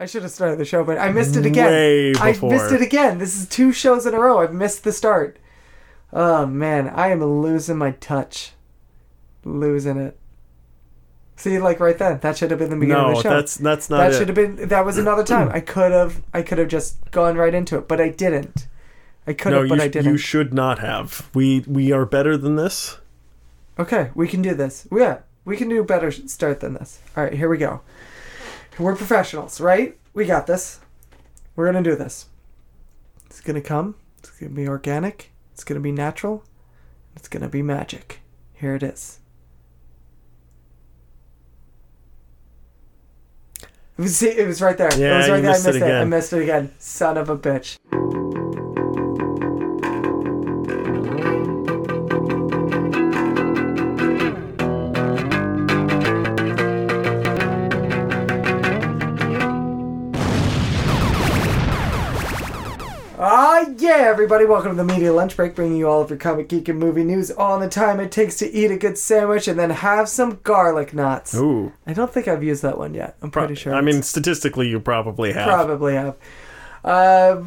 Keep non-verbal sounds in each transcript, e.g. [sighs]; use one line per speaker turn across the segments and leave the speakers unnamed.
I should have started the show, but I missed it again.
Way
I
before.
missed it again. This is two shows in a row. I've missed the start. Oh man, I am losing my touch. Losing it. See, like right then, that should have been the beginning of
No,
the show.
that's that's not
that
it.
should have been that was another
[clears throat]
time. I could have I could have just gone right into it, but I didn't. I could
no,
have, but
you,
I didn't.
you should not have. We we are better than this.
Okay, we can do this. Yeah, we can do a better start than this. All right, here we go. We're professionals, right? We got this. We're going to do this. It's going to come. It's going to be organic. It's going to be natural. It's going to be magic. Here it is. See, it was right there. it
Yeah,
was right
you
there.
missed
I
it
missed it. I
again.
missed it again. Son of a bitch. Ah, yeah, everybody, welcome to the Media Lunch Break, bringing you all of your comic geek and movie news all the time it takes to eat a good sandwich and then have some garlic knots.
Ooh,
I don't think I've used that one yet. I'm pretty sure.
I
it's-
mean, statistically, you probably have.
probably have. Uh,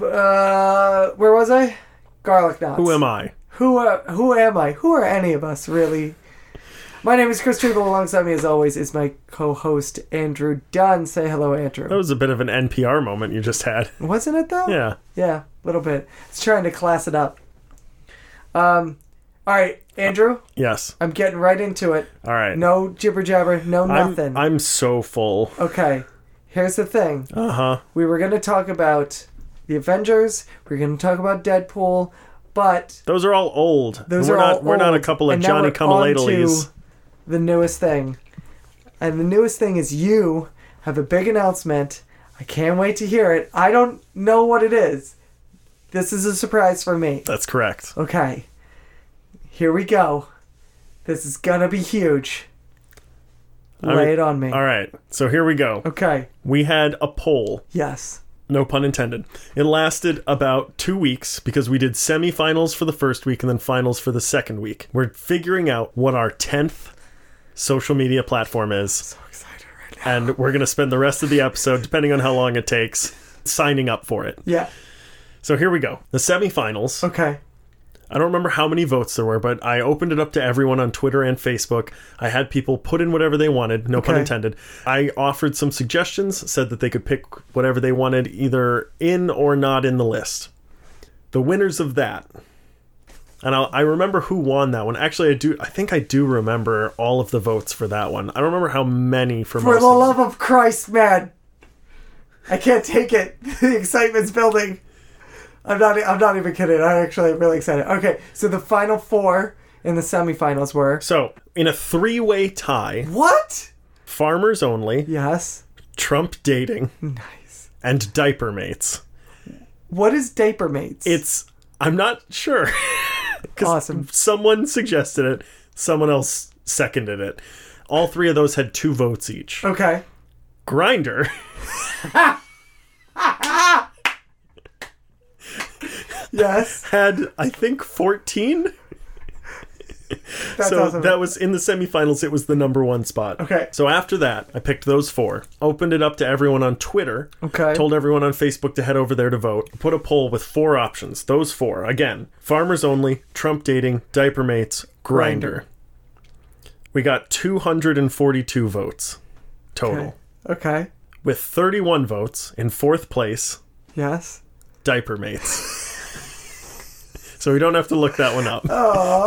uh, where was I? Garlic knots.
Who am I?
Who, uh, who am I? Who are any of us, really? My name is Chris Treacle. Alongside me, as always, is my co-host, Andrew Dunn. Say hello, Andrew.
That was a bit of an NPR moment you just
[laughs]
had.
Wasn't it, though?
Oh. Yeah.
Yeah, a little bit. It's trying to class it up. Um, all right, Andrew,
Yes.
I'm getting right into it.
All right.
No jibber jabber, no
I'm,
nothing.
I'm so full.
okay, here's the thing.
Uh huh.
We were going to talk about the Avengers, we were going to talk about Deadpool, but
Those are all old.
Those
we're
are
not
all
we're not a
old.
couple of
And now
Johnny
we're
come latelies.
onto the newest thing. And the newest thing is you have a big announcement. I can't wait to hear it. I don't know what it is. This is a surprise for me.
That's correct.
Okay. Here we go. This is gonna be huge.
I
Lay
mean-
it on me.
All right. So here we go.
Okay.
We had a poll
Yes.
No pun intended. It lasted about two weeks because we did semifinals for the first week and then finals for the second week. We're figuring out what our 10th social media platform is,
So excited right now.
and we're going to spend the rest of the episode, depending on how long it takes, signing up for it.
Yeah.
So here we go. The semifinals.
Okay.
I don't remember how many votes there were, but I opened it up to everyone on Twitter and Facebook. I had people put in whatever they wanted, no pun
Okay.
intended. I offered some suggestions, said that they could pick whatever they wanted, either in or not in the list. The winners of that, and I'll, I remember who won that one. Actually, I do. I think I do remember all of the votes for that one. I don't remember how many for,
For
most.
the
of them.
love of Christ, man. I can't take it. [laughs] the excitement's building. I'm not I'm not even kidding. I'm actually really excited. Okay, so the final four in the semifinals were
So, in a three-way tie,
What?
farmers only,
Yes.
Trump dating,
[laughs] Nice.
and diaper mates.
What is diaper mates?
It's I'm not sure. [laughs] 'Cause
Awesome.
Someone suggested it. Someone else seconded it. All three of those had two votes each.
Okay.
Grinder. [laughs] [laughs]
Yes.
had I think 14.
That's
so
awesome.
that was in the semifinals. It was the number one spot.
Okay.
So after that, I picked those four, opened it up to everyone on Twitter.
Okay.
Told everyone on Facebook to head over there to vote. Put a poll with four options. Those four again: farmers only, Trump dating, diaper mates, grinder. We got 242 votes total,
okay. okay.
with 31 votes in fourth place,
Yes.
diaper mates. [laughs] so we don't have to look that one up.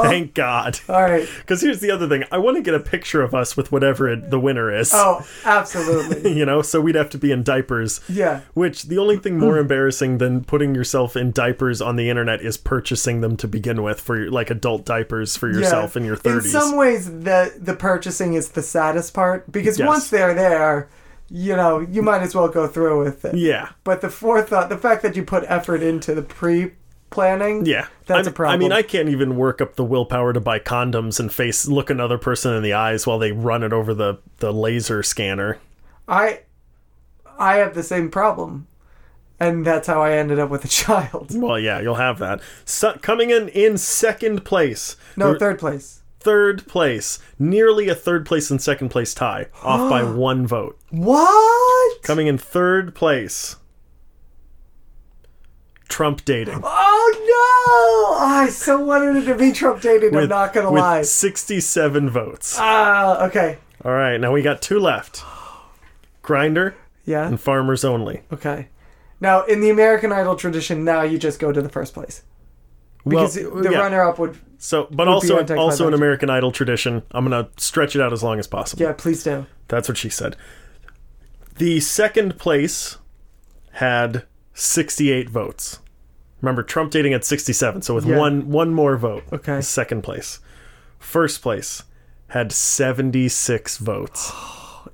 Thank God.
Alright.
Because here's the other thing: I want to get a picture of us with whatever it, the winner is.
Oh,
[laughs]
absolutely.
You know, so we'd have to be in diapers.
Yeah.
Which the only
[laughs]
thing more embarrassing than putting yourself in diapers on the internet is purchasing them to begin with for your, like adult diapers for yourself in your
In
30s.
some ways, the the purchasing is the saddest part because
Yes.
once they're there, you know, you might as well go through with it.
yeah.
But the forethought, the fact that you put effort into the pre planning,
Yeah.
that's
I,
a problem.
I mean, I can't even work up the willpower to buy condoms and face look another person in the eyes while they run it over the the laser scanner.
I, I have the same problem, and that's how I ended up with a [laughs] child.
Well, yeah, you'll have that. So, coming in in second place.
No,
there-
third place.
third place, nearly a third place and second place tie, off
[gasps]
by one vote.
What?
Coming in third place, Trump dating.
Oh no! I so wanted it to be Trump dating. I'm not gonna
with
lie.
67 votes.
Ah, okay.
All right, now we got two left Grinder
Yeah.
and Farmers Only.
Okay. Now, in the American Idol tradition, now you just go to the first place because
Well,
the
yeah.
runner-up would.
So, but
be
also
on Take
also
Five
an
Action.
American Idol tradition. I'm gonna stretch it out as long as possible.
Yeah, please do.
That's what she said. The second place had 68 votes. Remember, Trump dating at 67, so with
Yeah.
one one more vote.
Okay.
was Second place. First place had 76 votes.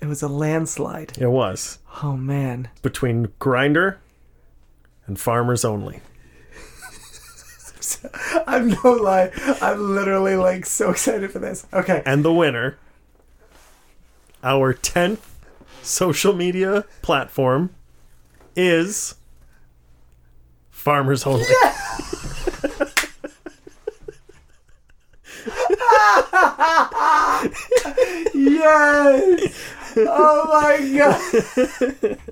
It was a landslide.
It was
Oh man.
between Grinder and Farmers Only.
[laughs] I'm no lie. I'm literally like so excited for this. Okay.
And the winner, our 10th social media platform, is Farmers [laughs] Only.
Yes! Oh my god! [laughs]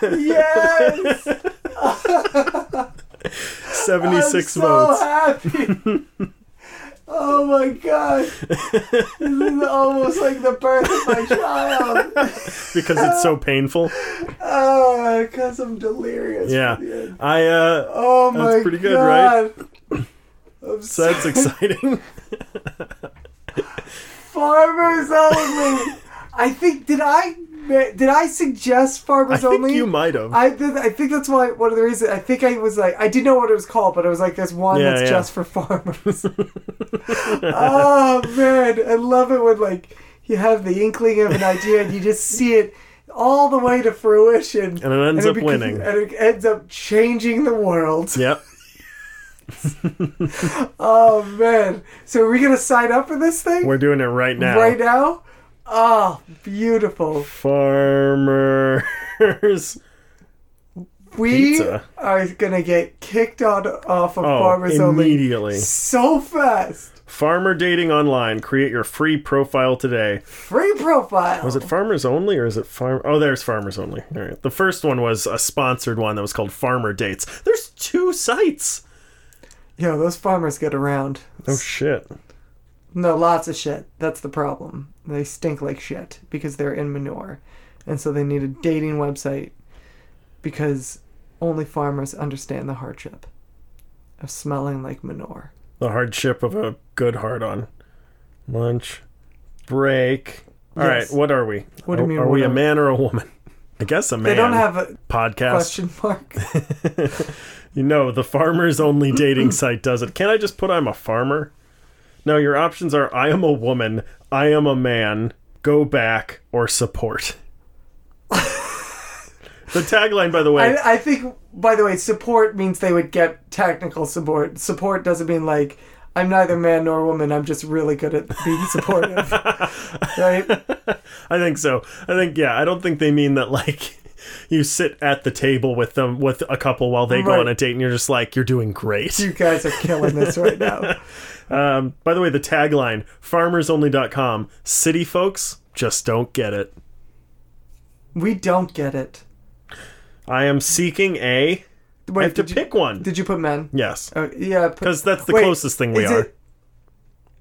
Yes!
76
I'm so
votes.
happy. [laughs] Oh my god! This is almost like the birth of my child.
because it's so painful.
Oh, cause I'm delirious.
Yeah.
from the end.
I uh
Oh my god.
That's pretty good, right? [clears throat]
right? I'm [laughs]
so that's exciting.
Farmers only. I think did I did I suggest
I
farmers
think
only?
you might have.
I did, I think that's why one of the reasons I think I was like I didn't know what it was called, but I was like there's one
Yeah,
that's
yeah.
just for
[laughs]
farmers. oh man, I love it when like you have the inkling of an idea and you just see it all the way to fruition,
And it ends up
becomes-
winning.
and it ends up changing the world.
Yep.
Oh man, so are we gonna sign up for this thing
We're doing it right now.
right now? Oh, beautiful.
Farmers. [laughs]
We
Pizza.
are gonna get kicked on off of
Oh,
farmers only
immediately.
so fast.
Farmer dating online. Create your free profile today.
Free profile.
Was it farmers only or is it farm? Oh, there's farmers only. All right. The first one was a sponsored one that was called Farmer Dates. There's two sites.
Yo, those farmers get around.
Oh shit.
No, lots of shit. That's the problem. They stink like shit because they're in manure, and so they need a dating website because only farmers understand the hardship of smelling like manure.
the hardship of a good hard on. Lunch, break. All right,
Yes.
what are we?
What do you
Are-
mean,
Are
what
we
are
a
we?
man or a woman? I guess a man.
They don't have a
podcast.
question mark.
You know, the
[clears throat]
farmers only dating site does it. Can I just put I'm a farmer? No, your options are I am a woman, I am a man, go back,
[laughs]
or support. the tagline, by the way,
I, I think, by the way, support means they would get technical support. Support doesn't mean like I'm neither man nor woman. I'm just really good at being supportive, right?
[laughs] I think so. I think yeah. I don't think they mean that like [laughs] you sit at the table with them with a couple while they
Right.
go on a date and you're just like you're doing great.
You guys are killing this right now.
Um, by the way, the tagline farmersonly.com city folks just don't get it.
We don't get it.
I am seeking a
Wait,
I have to
did you,
pick one.
Did you put men?
yes.
Oh, yeah, put-
Cuz that's the
Wait,
closest thing we
is
are.
it-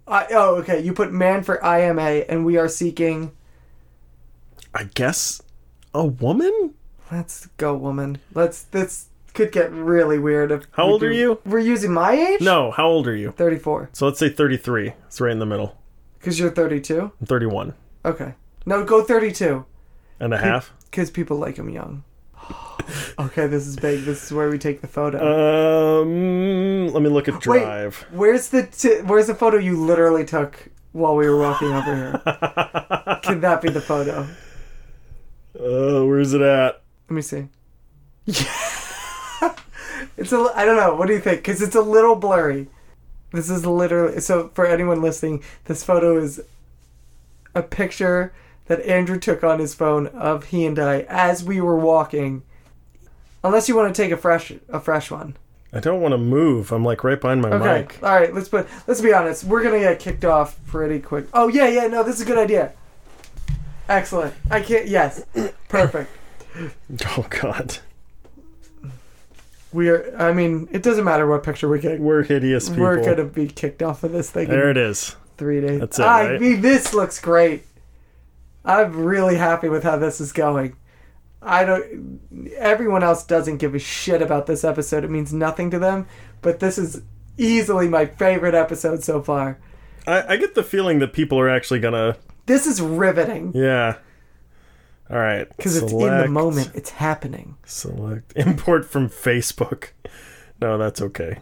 I, oh, okay. You put man for IMA, and we are seeking.
I guess a woman?
Let's go, woman. Let's. This could get really weird. If
How
we
old are
do-
you?
We're using my age.
No, how old are you?
thirty-four.
So let's say 33. It's right in the middle.
Because you're thirty-two.
I'm 31
Okay. No, go 32.
and a half.
Because people like him young.
[sighs]
okay, this is big. This is where we take the photo.
Uh, Um, let me look at
Wait.
drive.
where's the t- Where's the photo you literally took while we were walking over
[laughs]
here? Can that be the photo?
Uh, where's it at?
Let me [laughs] see. it's a. li- I don't know. What do you think? Because it's a little blurry. This is literally. So for anyone listening, this photo is a picture that Andrew took on his phone of he and I as we were walking. Unless you want to take a fresh a fresh one.
I don't want to move. I'm like right behind my
Okay.
mic.
All right. Let's put. Let's be honest. We're gonna get kicked off pretty quick. Oh yeah, yeah. No, this is a good idea. Excellent. I can't. Yes. Perfect.
Oh God, [laughs]
We are. I mean, it doesn't matter what picture we get.
we're hideous people.
We're gonna be kicked off of this thing
There
in
it is.
three days.
That's it,
I
right?
mean, this looks great. I'm really happy with how this is going. I don't. Everyone else doesn't give a shit about this episode. It means nothing to them. But this is easily my favorite episode so far.
I, I get the feeling that people are actually gonna.
This is riveting.
Yeah. All right.
Because it's in the
Select-
moment. It's happening.
Select [laughs] import from Facebook. No, that's okay.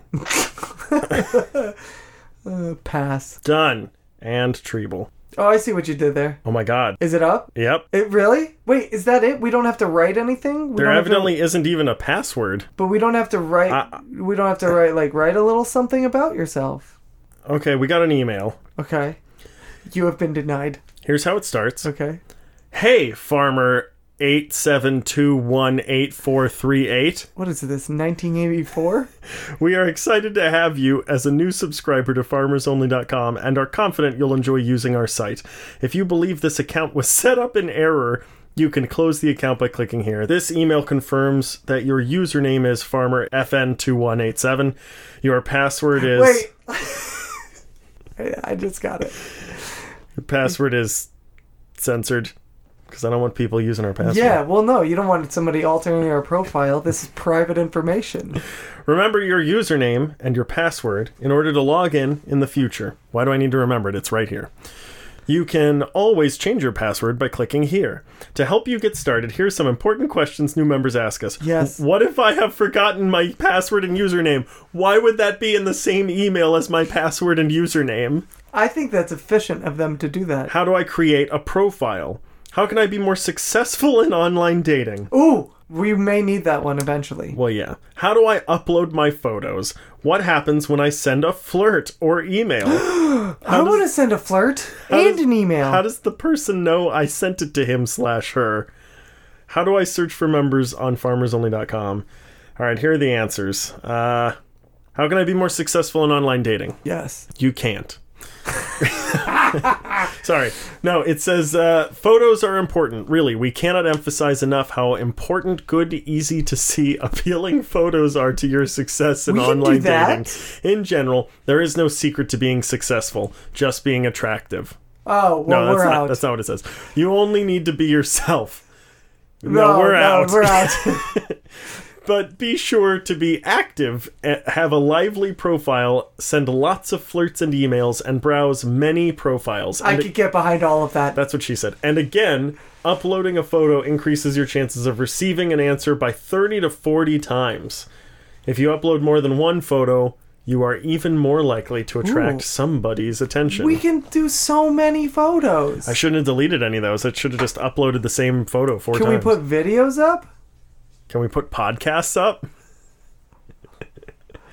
Uh, pass.
Done. And Treble.
Oh, I see what you did there.
Oh my God.
Is it up?
Yep.
It really? Wait, is that it? We don't have to write anything. We
There
don't have to-
evidently isn't even a password.
but we don't have to write.
I-
we don't have to write like write a little something about yourself.
Okay, we got an email.
Okay. You have been denied.
Here's how it starts.
Okay.
Hey, farmer 872184338.
What is this? 1984?
We are excited to have you as a new subscriber to farmersonly.com and are confident you'll enjoy using our site. If you believe this account was [laughs] set up in error, you can close the account by clicking here. This email confirms that your username is farmerfn2187. Your password is
Wait. I- [laughs] I just got it.
your password is censored because I don't want people using our password.
Yeah. Well, no, you don't want somebody altering your profile. This is private information.
Remember your username and your password in order to log in in the future. Why do I need to remember it? It's right here. You can always change your password by clicking here. To help you get started, here's some important questions new members ask us.
Yes.
What if I have forgotten my password and username? Why would that be in the same email as my password and username?
I think that's efficient of them to do that.
How do I create a profile? How can I be more successful in online dating?
Ooh, we may need that one eventually.
Well, yeah. How do I upload my photos? What happens when I send a flirt or email?
I want to send a flirt and an email.
How does the person know I sent it to him slash her? How do I search for members on farmersonly.com? All right, here are the answers. Uh, how can I be more successful in online dating?
yes.
You can't. [laughs] Sorry. No, it says uh, photos are important. Really, we cannot emphasize enough how important, good, easy to see, [laughs] appealing photos are to your success in
We can do
online dating.
that.
In general, there is no secret to being successful, just being attractive.
Oh, well,
No, that's
we're
not,
out.
that's not what it says. You only need to be yourself.
no,
we're
no,
out.
We're out.
[laughs] But be sure to be active, eh, have a lively profile, send lots of flirts and emails, and browse many profiles.
I
And
could get behind all of that.
That's what she said. And again, uploading a photo increases your chances of receiving an answer by 30 to 40 times. If you upload more than one photo, you are even more likely to attract
Ooh.
somebody's attention.
We can do so many photos.
I shouldn't have deleted any of those. I should have just uploaded the same photo four
Can we
times.
put videos up?
Can we put podcasts up?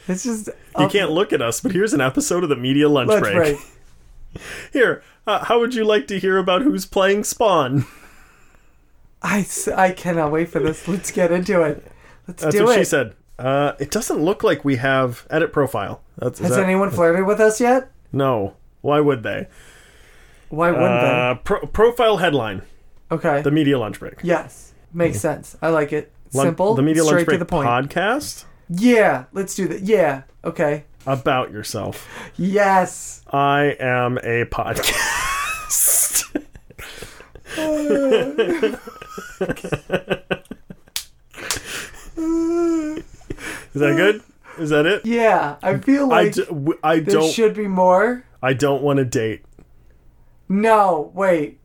It's just oh,
You can't look at us, but here's an episode of the Media Lunch
Let's
Break. Here, uh, how would you like to hear about who's playing Spawn?
I, s- I cannot wait for this. Let's get into it. Let's
That's
do
what
it.
she said. Uh, it doesn't look like we have edit profile. That's is
Has
that-
anyone flirted with us yet?
No. Why would they?
Why wouldn't
Uh, pro- profile headline:
they? Okay.
Uh, The Media Lunch Break.
yes. Makes sense. I like it.
Lun-
Simple.
The Media
straight
Lunch Break
to the point.
podcast
Yeah. Let's do that. Yeah. Okay.
about yourself.
Yes.
I am a [laughs] podcast. Is that good? Is that it?
Yeah. I feel
I,
like
d- w- I
there
don't
should be more.
I don't want to date.
No, wait.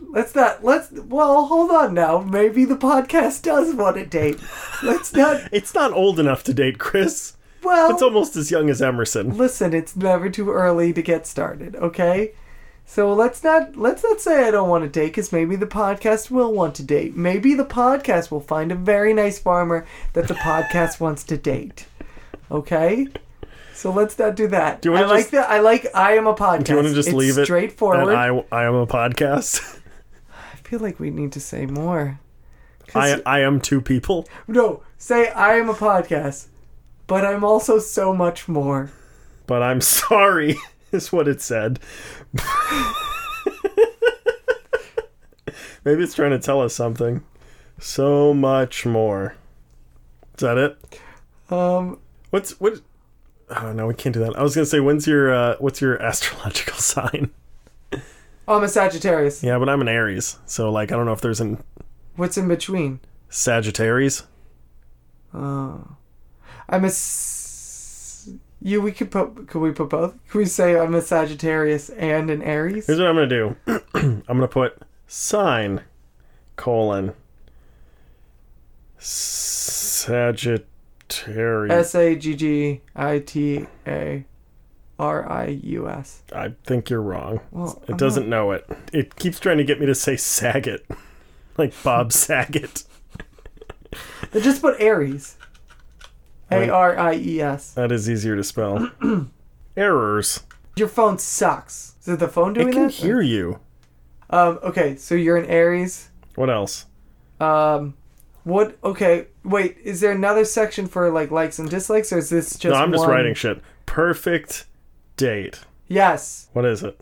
Let's not. Let's. Well, hold on now. Maybe the podcast does want a date. Let's
[laughs]
not.
It's not old enough to date, Chris.
Well,
It's almost as young as Emerson.
listen. It's never too early to get started. Okay. So let's not. Let's not say I don't want a date, because maybe the podcast will want to date. Maybe the podcast will find a very nice farmer that the podcast wants to date. Okay. So let's not do that.
you
I
wanna
like
just-
that. I like. I am a podcast.
Do you want to just
It's
leave it?
straightforward.
And I, I am a podcast.
I feel like we need to say more.
I, I am two people.
No, say I am a podcast. but I'm also so much more.
But I'm [laughs] sorry, is what it said. Maybe it's trying to tell us something. So much more. Is that it?
Um,
What's what? Oh no, we can't do that. I was gonna say, when's your uh, what's your [laughs] astrological sign?
oh, I'm a Sagittarius.
Yeah, but I'm an Aries, so like I don't know if there's an
What's in between?
Sagittarius.
Oh, I'm a. S- you. We could put. Could we put both? Could we say I'm a Sagittarius and an Aries?
Here's what I'm gonna do. [clears throat] I'm gonna put sign colon Sagittarius.
S a g g i t a r i u s.
I think you're wrong.
Well,
It
I'm
doesn't know it. It keeps trying to get me to say Saget, [laughs] like
[laughs]
Bob Saget.
not- They just put Aries.
Right.
A R I E S.
That is easier
[clears throat]
to spell. Errors.
Your phone sucks. Is it the phone doing
It can
that?
hear you.
Um. Okay. So you're an Aries.
What else?
Um. What? Okay. Wait. Is there another section for like likes and dislikes, or is this just?
no, I'm just
one-
writing shit. Perfect date.
Yes.
What is it?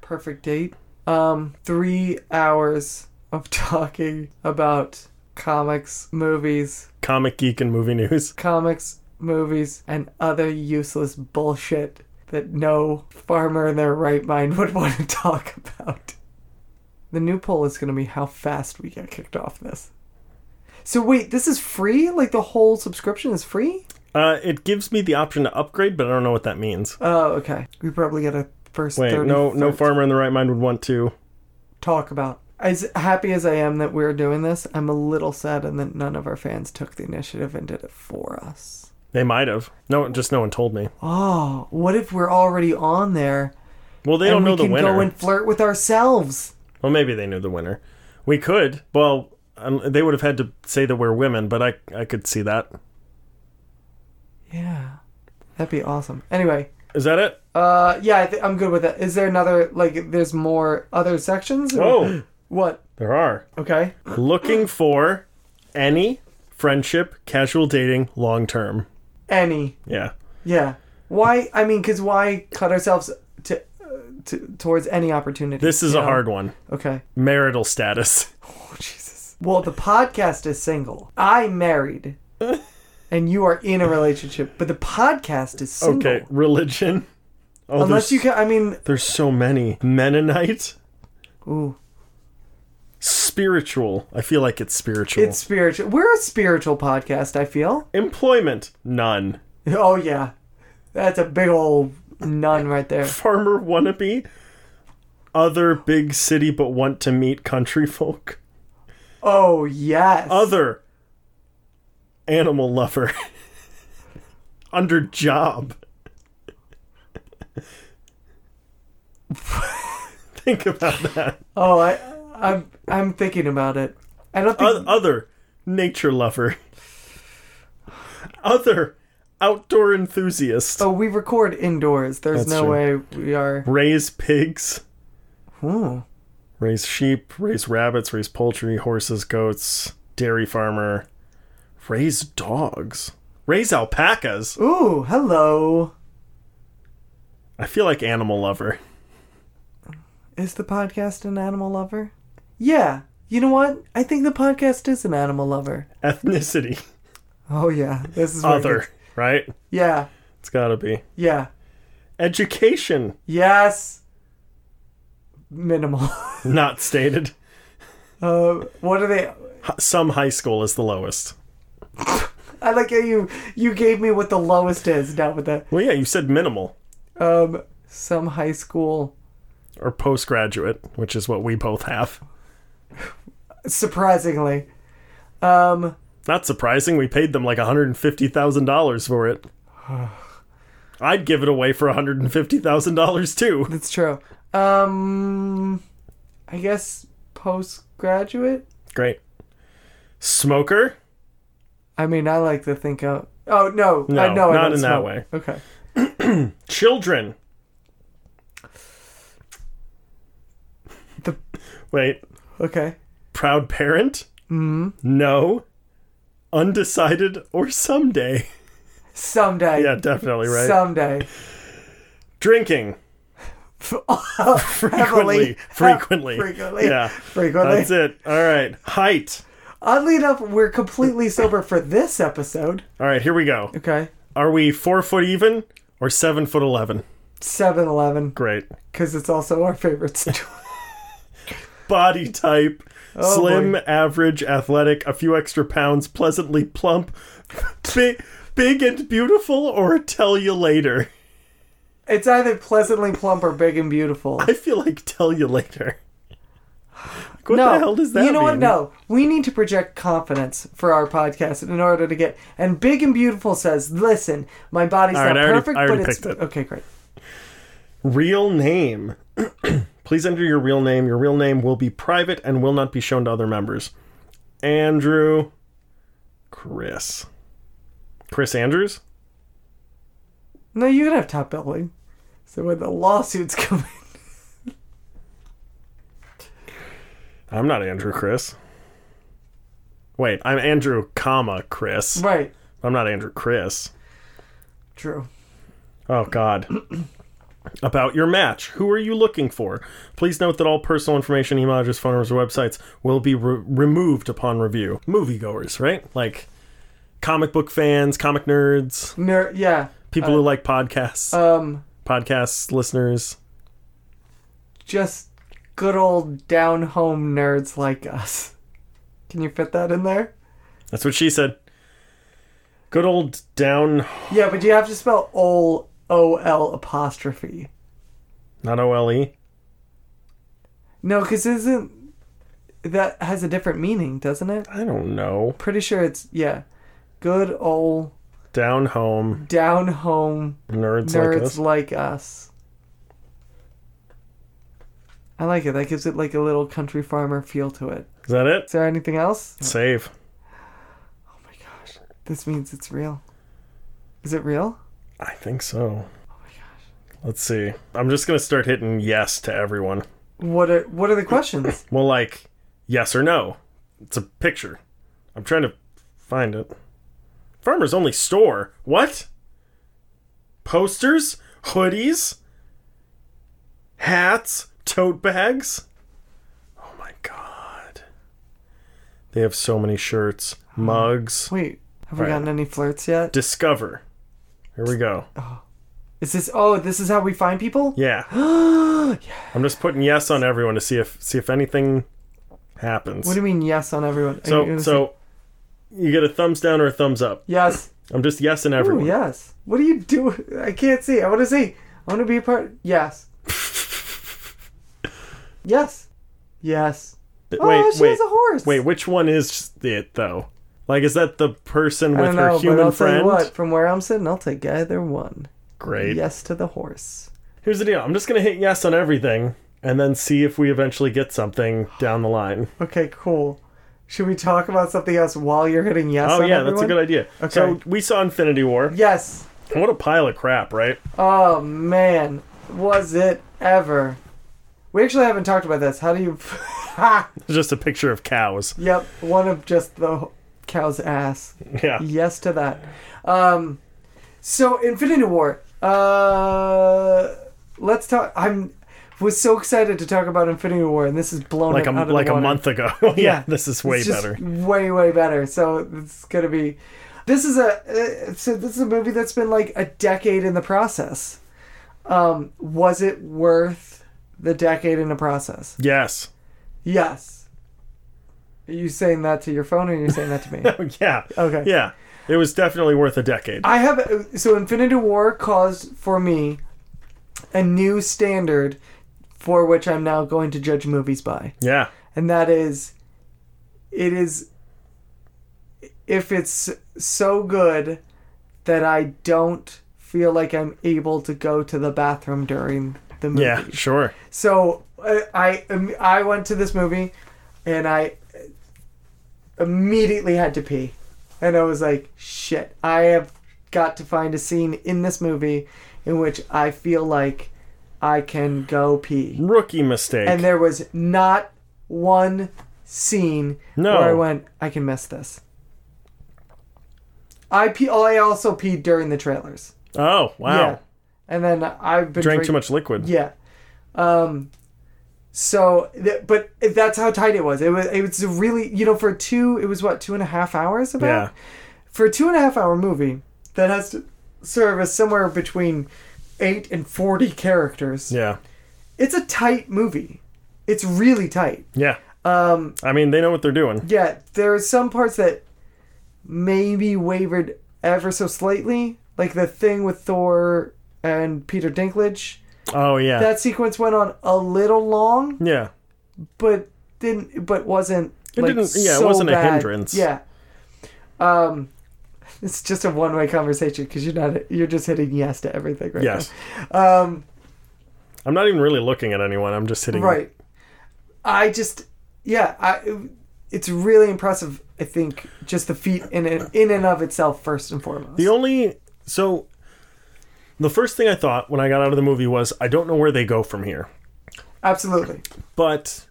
perfect date. Um, three hours of [laughs] talking about comics, movies,
Comic geek and movie news. [laughs]
comics, movies, and other useless bullshit that no farmer in their right mind [laughs] would want to talk about. The new poll is going to be how fast we get kicked off this. So wait, this is free? Like the whole subscription is free?
Uh, it gives me the option to upgrade, but I don't know what that means.
Oh, okay. We probably get a first
Wait,
30
no, no
first-
farmer in the right mind would want to.
talk about. As happy as I am that we're doing this, I'm a little saddened that none of our fans took the initiative and did it for us.
They might have. No, just no one told me.
Oh, what if we're already on there
Well, they don't
and
know
we
the
can
winner.
go and flirt with ourselves?
Well, maybe they knew the winner. We could. Well, um, they would have had to say that we're women, but I, I could see that.
Yeah, that'd be awesome. Anyway,
Is that it?
uh, yeah, I th- I'm good with that. Is there another like? There's more other sections? or-
Oh,
what?
[laughs] there are.
Okay.
Looking for any friendship, casual dating, long term.
Any?
Yeah.
Yeah. Why? I mean, because why cut ourselves to, uh, to towards any opportunity?
This is
you
a
know?
hard one. [laughs]
Okay. [laughs]
Marital status.
Jesus. Well, the podcast is single. I'm
[laughs]
married. and you are in a relationship, but the podcast is single.
Okay. Religion. Oh,
Unless
there's-
you can, I mean,
There's so many. Mennonite.
ooh,
Spiritual. I feel like it's spiritual.
it's spiritual. We're a spiritual podcast, I feel. [laughs]
employment. None.
Oh, yeah. That's a big old nun right there.
Farmer wannabe. Other big city but want to meet country folk.
Oh, yes.
Other animal lover. [laughs] Under job. [laughs] Think about that.
Oh, I, I'm, I'm thinking about it. I don't think.
O- other nature lover. Other outdoor enthusiast.
oh, we record indoors. There's
That's
no
true.
way we are.
Raise pigs.
Ooh.
raise sheep, raise rabbits, raise poultry, horses, goats, dairy farmer, raise dogs, raise alpacas.
Ooh, hello.
I feel like animal lover. [laughs]
Is the podcast an animal lover? Yeah. You know what? I think the podcast is an animal lover.
Ethnicity,
Oh yeah, this is where it
other,
gets-
right?
Yeah,
It's gotta be.
yeah,
Education,
yes. Minimal. [laughs]
not stated.
uh, what are they?
H- Some high school is the lowest.
I like how you you gave me what the lowest is, not what the
Well, yeah, you said minimal
um some high school.
or postgraduate, which is what we both have.
Surprisingly, um,
Not surprising, we paid them like $150,000 for it. I'd give it away for $150,000 too.
that's true. Um, I guess postgraduate.
Great. Smoker?
I mean, I like to think of. Oh no, I
No,
know I
not
don't
in that
smoke.
way.
Okay.
Children.
The-
Wait.
Okay.
Proud
Mm-hmm.
parent? Mm. No. Undecided or someday. [laughs]
Someday.
Yeah, definitely, right? [laughs]
Someday. [laughs]
Drinking. Frequently.
[laughs] Heavily.
Frequently.
Frequently.
Yeah.
Frequently.
That's it. All right. Height.
Oddly enough, we're completely sober for this episode.
All right, here we go.
Okay.
Are we four foot even or seven foot eleven?
7 Eleven,
Great.
because it's also our favorite [laughs] situation.
Body type.
Oh,
slim, average, athletic, a few extra pounds, pleasantly plump, [laughs] big, big and beautiful, or tell you later. [laughs]
it's either pleasantly plump or big and
[laughs]
beautiful.
I feel like tell you later. Like, what
no,
the hell does that
You know what?
mean?
No, we need to project confidence for our podcast in order to get. And big and beautiful says, "Listen, my body's
All right,
not
I already-
perfect,
I already
but it's
picked it.
okay, great."
Real name. [clears throat] Please enter your real name. Your real name will be private and will not be shown to other members. Andrew. Chris. Chris Andrews?
No, you can have top billing. So when the lawsuits [laughs] come in,
I'm not Andrew Chris. Wait, I'm Andrew, comma, Chris.
right?
I'm not Andrew Chris.
True.
Oh, God. [clears throat] About your match. Who are you looking for? Please note that all personal information, email address, phone numbers, or websites will be re- removed upon review. Moviegoers, right? Like comic book fans, comic nerds,
Ner- yeah.
people who like podcasts,
Um,
podcast listeners.
just good old down home nerds like us. Can you fit that in there?
That's what she said. Good old down,
Yeah, but you have to spell ol o l apostrophe.
not E. OLE.
No, because isn't that has a different meaning, doesn't it?
I don't know.
Pretty sure it's yeah. Good old
Down home
down home
nerds, like
nerds
us.
like us. I like it. That gives it like a little country farmer feel to it.
Is that it?
Is there anything else?
Save.
Oh my gosh. This means it's real. Is it real?
I think so. Let's see. I'm just gonna start hitting yes to everyone.
What are what are the questions? [laughs]
Well, like yes or no. It's a picture. I'm trying to find it. Farmers only store. What? Posters, hoodies, hats, tote bags. Oh my god. They have so many shirts, mugs.
Wait, have
Right.
we gotten any flirts yet?
Discover. Here we go.
Is this oh, this is how we find people?
Yeah.
[gasps]
I'm just putting yes on everyone to see if see if anything happens.
What do you mean yes on everyone? Are you
so
gonna say-
so you get a thumbs down or a thumbs up.
yes.
I'm just yes in
Ooh,
everyone.
yes. What are you doing? I can't see. I want to see. I want to be a part.
[laughs]
Yes. yes. Yes.
Th-
Oh,
Wait,
she
wait.
has a horse.
Wait, which one is it though? Like is that the person
I
with
don't
her
know, but
human
I'll tell you
friend?
what. From where I'm sitting, I'll take either one.
Great.
Yes to the horse.
Here's the deal. I'm just going to hit yes on everything and then see if we eventually get something down the line.
Okay, cool. Should we talk about something else while you're hitting yes?
oh
on
yeah, that's a
everyone?
good idea.
Okay.
So we saw Infinity War.
Yes.
What a pile of crap, right?
Oh man, was it ever? We actually haven't talked about this. How do you? [laughs] ha!
It's just a picture of cows. [laughs]
Yep, one of just the cow's ass.
Yeah.
Yes to that. Um, so Infinity War. Uh, let's talk. I'm was so excited to talk about Infinity War, and this is blown
like a
it out of the
like a
water.
month ago. [laughs] yeah, this is way
It's just
better.
Way way better. So it's gonna be. This is a uh, so this is a movie that's been like a decade in the process. Um, was it worth the decade in the process?
Yes.
Yes. Are you saying that to your phone, or are you saying that to
[laughs]
me?
yeah.
Okay.
Yeah. It was definitely worth a decade.
I have so Infinity War caused for me a new standard for which I'm now going to judge movies by,
yeah.
and that is, it is if it's so good that I don't feel like I'm able to go to the bathroom during the movie.
Yeah, sure.
So uh, I um, I went to this movie, and I immediately had to pee, and I was like, shit, I have got to find a scene in this movie in which I feel like I can go pee.
Rookie mistake.
And there was not one scene
No.
where I went, I can miss this. I pee. oh, I also peed during the trailers.
Oh wow!
Yeah. And then I've been
Drank
drink-
too much liquid.
Yeah. Um. So, th- but that's how tight it was. It was. It was a really, you know, for two. It was what two and a half hours. About
Yeah.
for a two and a half hour movie that has to service somewhere between eight and forty characters.
Yeah.
It's a tight movie. It's really tight.
Yeah.
Um.
I mean, they know what they're doing.
Yeah. There are some parts that maybe wavered ever so slightly, like the thing with Thor and Peter Dinklage.
Oh yeah.
That sequence went on a little long.
yeah.
but didn't but wasn't
It
like,
didn't- yeah, it
so
wasn't a
bad.
hindrance.
yeah um it's just a one-way conversation because you're not you're just hitting yes to everything right
Yes.
now. um
I'm not even really looking at anyone. I'm just hitting.
right i just yeah i it's really impressive i think just the feat in and in and of itself first and foremost
The only so the first thing I thought when I got out of the movie was I don't know where they go from here.
absolutely
But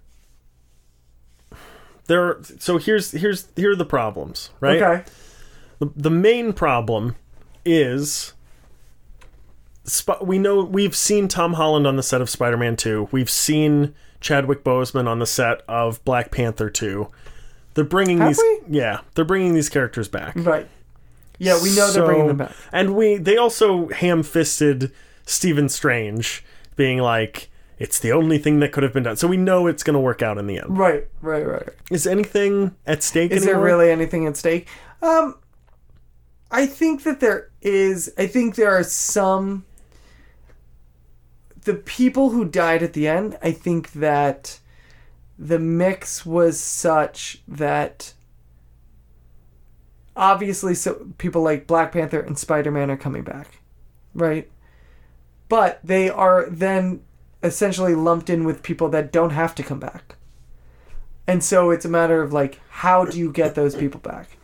there so here's here's here are the problems, right?
okay
The, the main problem is Sp- we know we've seen Tom Holland on the set of Spider-Man 2. We've seen Chadwick Boseman on the set of Black Panther 2. They're bringing
Have
these
we?
yeah, they're bringing these characters back.
right yeah we know they're bringing
So-
them back
And we they also ham-fisted Stephen Strange being like it's the only thing that could have been done. So we know it's going to work out in the end.
right right right
Is anything at stake
Is there
anymore?
really anything at stake? Um, I think that there is. I think there are some. The people who died at the end, I think that the mix was such that obviously so people like Black Panther and Spider-Man are coming back, right? But they are then essentially lumped in with people that don't have to come back. And so it's a matter of like, how do you get those people back?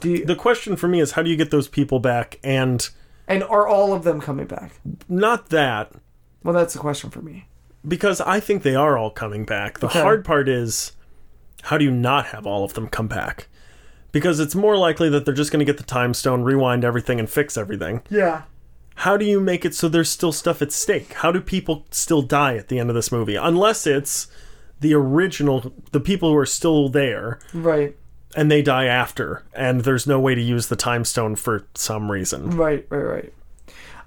Do you,
The question for me is how do you get those people back and
and are all of them coming back?
not that
Well, that's the question for me.
because I think they are all coming back. The
Okay.
hard part is how do you not have all of them come back? Because it's more likely that they're just going to get the time stone, rewind everything, and fix everything.
Yeah.
How do you make it so there's still stuff at stake? How do people still die at the end of this movie? Unless it's the original, the people who are still there,
Right.
and they die after, and there's no way to use the time stone for some reason.
Right. Right. Right.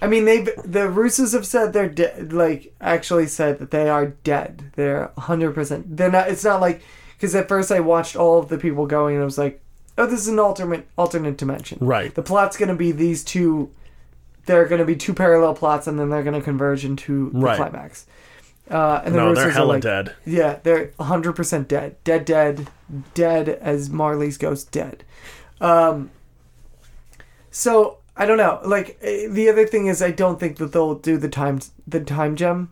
I mean, they have the Russos have said they're dead. Like, actually said that they are dead. They're hundred percent. They're not. It's not like because at first I watched all of the people going and I was like, oh, this is an alternate alternate dimension.
Right.
The plot's gonna be these two. There are gonna be two parallel plots and then they're gonna converge into the
Right.
climax. Uh, and the
No, they're
Russos are
hella
like,
dead.
Yeah, they're 100% dead. Dead, dead, dead as Marley's ghost dead. Um, so, I don't know. Like, eh, the other thing is, I don't think that they'll do the time, the time gem.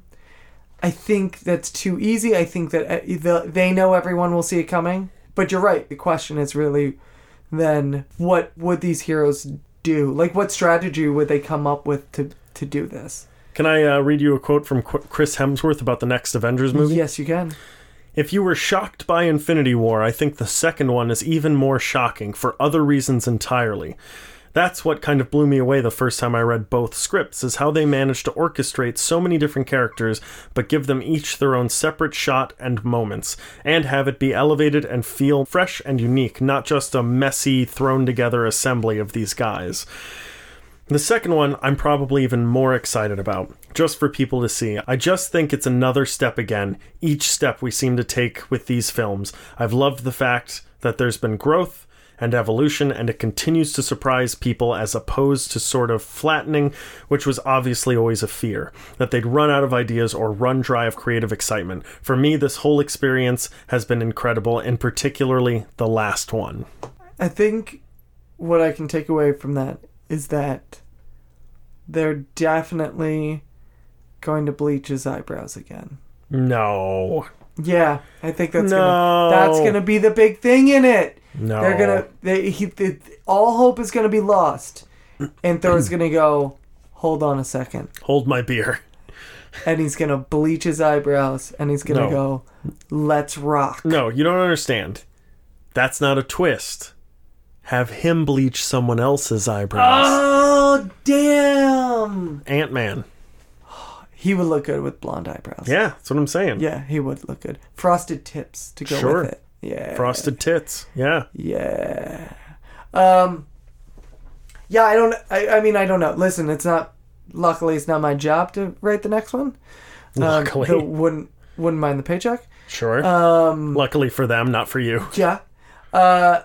I think that's too easy. I think that eh, the, they know everyone will see it coming. But you're right. The question is really then what would these heroes do? Like, what strategy would they come up with to, to do this?
Can I uh, read you a quote from Qu- Chris Hemsworth about the next Avengers movie?
Yes, you can.
If you were shocked by Infinity War, I think the second one is even more shocking for other reasons entirely. That's what kind of blew me away the first time I read both scripts is how they managed to orchestrate so many different characters but give them each their own separate shot and moments and have it be elevated and feel fresh and unique, not just a messy thrown together assembly of these guys. The second one, I'm probably even more excited about, just for people to see. I just think it's another step again, each step we seem to take with these films. I've loved the fact that there's been growth and evolution, and it continues to surprise people as opposed to sort of flattening, which was obviously always a fear that they'd run out of ideas or run dry of creative excitement. For me, this whole experience has been incredible, and particularly the last one.
I think what I can take away from that is that they're definitely going to bleach his eyebrows again.
No.
Yeah, I think that's
No.
gonna that's gonna be the big thing in it.
No.
They're gonna they he they, all hope is gonna be lost, and Thor's gonna go. Hold on a second,
Hold my beer.
and he's gonna bleach his eyebrows, and he's gonna
No.
go, "Let's rock."
No, you don't understand. That's not a twist. have him bleach someone else's eyebrows.
Oh damn!
Ant Man.
He would look good with blonde eyebrows.
Yeah, that's what I'm saying.
Yeah, he would look good. Frosted tips to go
Sure.
with it. Yeah.
Frosted tits. Yeah.
Yeah. Um. Yeah, I don't. I, I mean, I don't know. Listen, it's not. Luckily, it's not my job to write the next one. Um,
Luckily.
though wouldn't wouldn't mind the paycheck.
Sure.
Um.
Luckily for them, not for you. [laughs]
Yeah. Uh.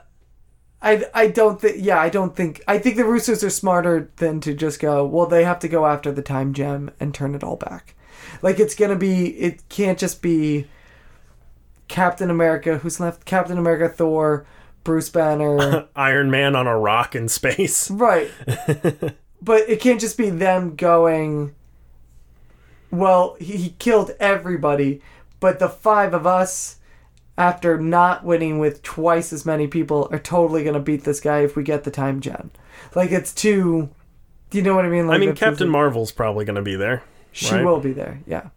I, I don't think yeah I don't think I think the Roosters are smarter than to just go well they have to go after the time gem and turn it all back, like it's gonna be it can't just be Captain America who's left Captain America Thor Bruce Banner
Iron Man on a rock
[laughs]
in space. [laughs]
Right. but it can't just be them going, well, he, he killed everybody, but the five of us, after not winning with twice as many people, are totally going to beat this guy if we get the time gen. Like, it's too. Do you know what I mean? Like
I mean,
that feels
Captain
like-
Marvel's probably going to be there.
She
right?
will be there, yeah.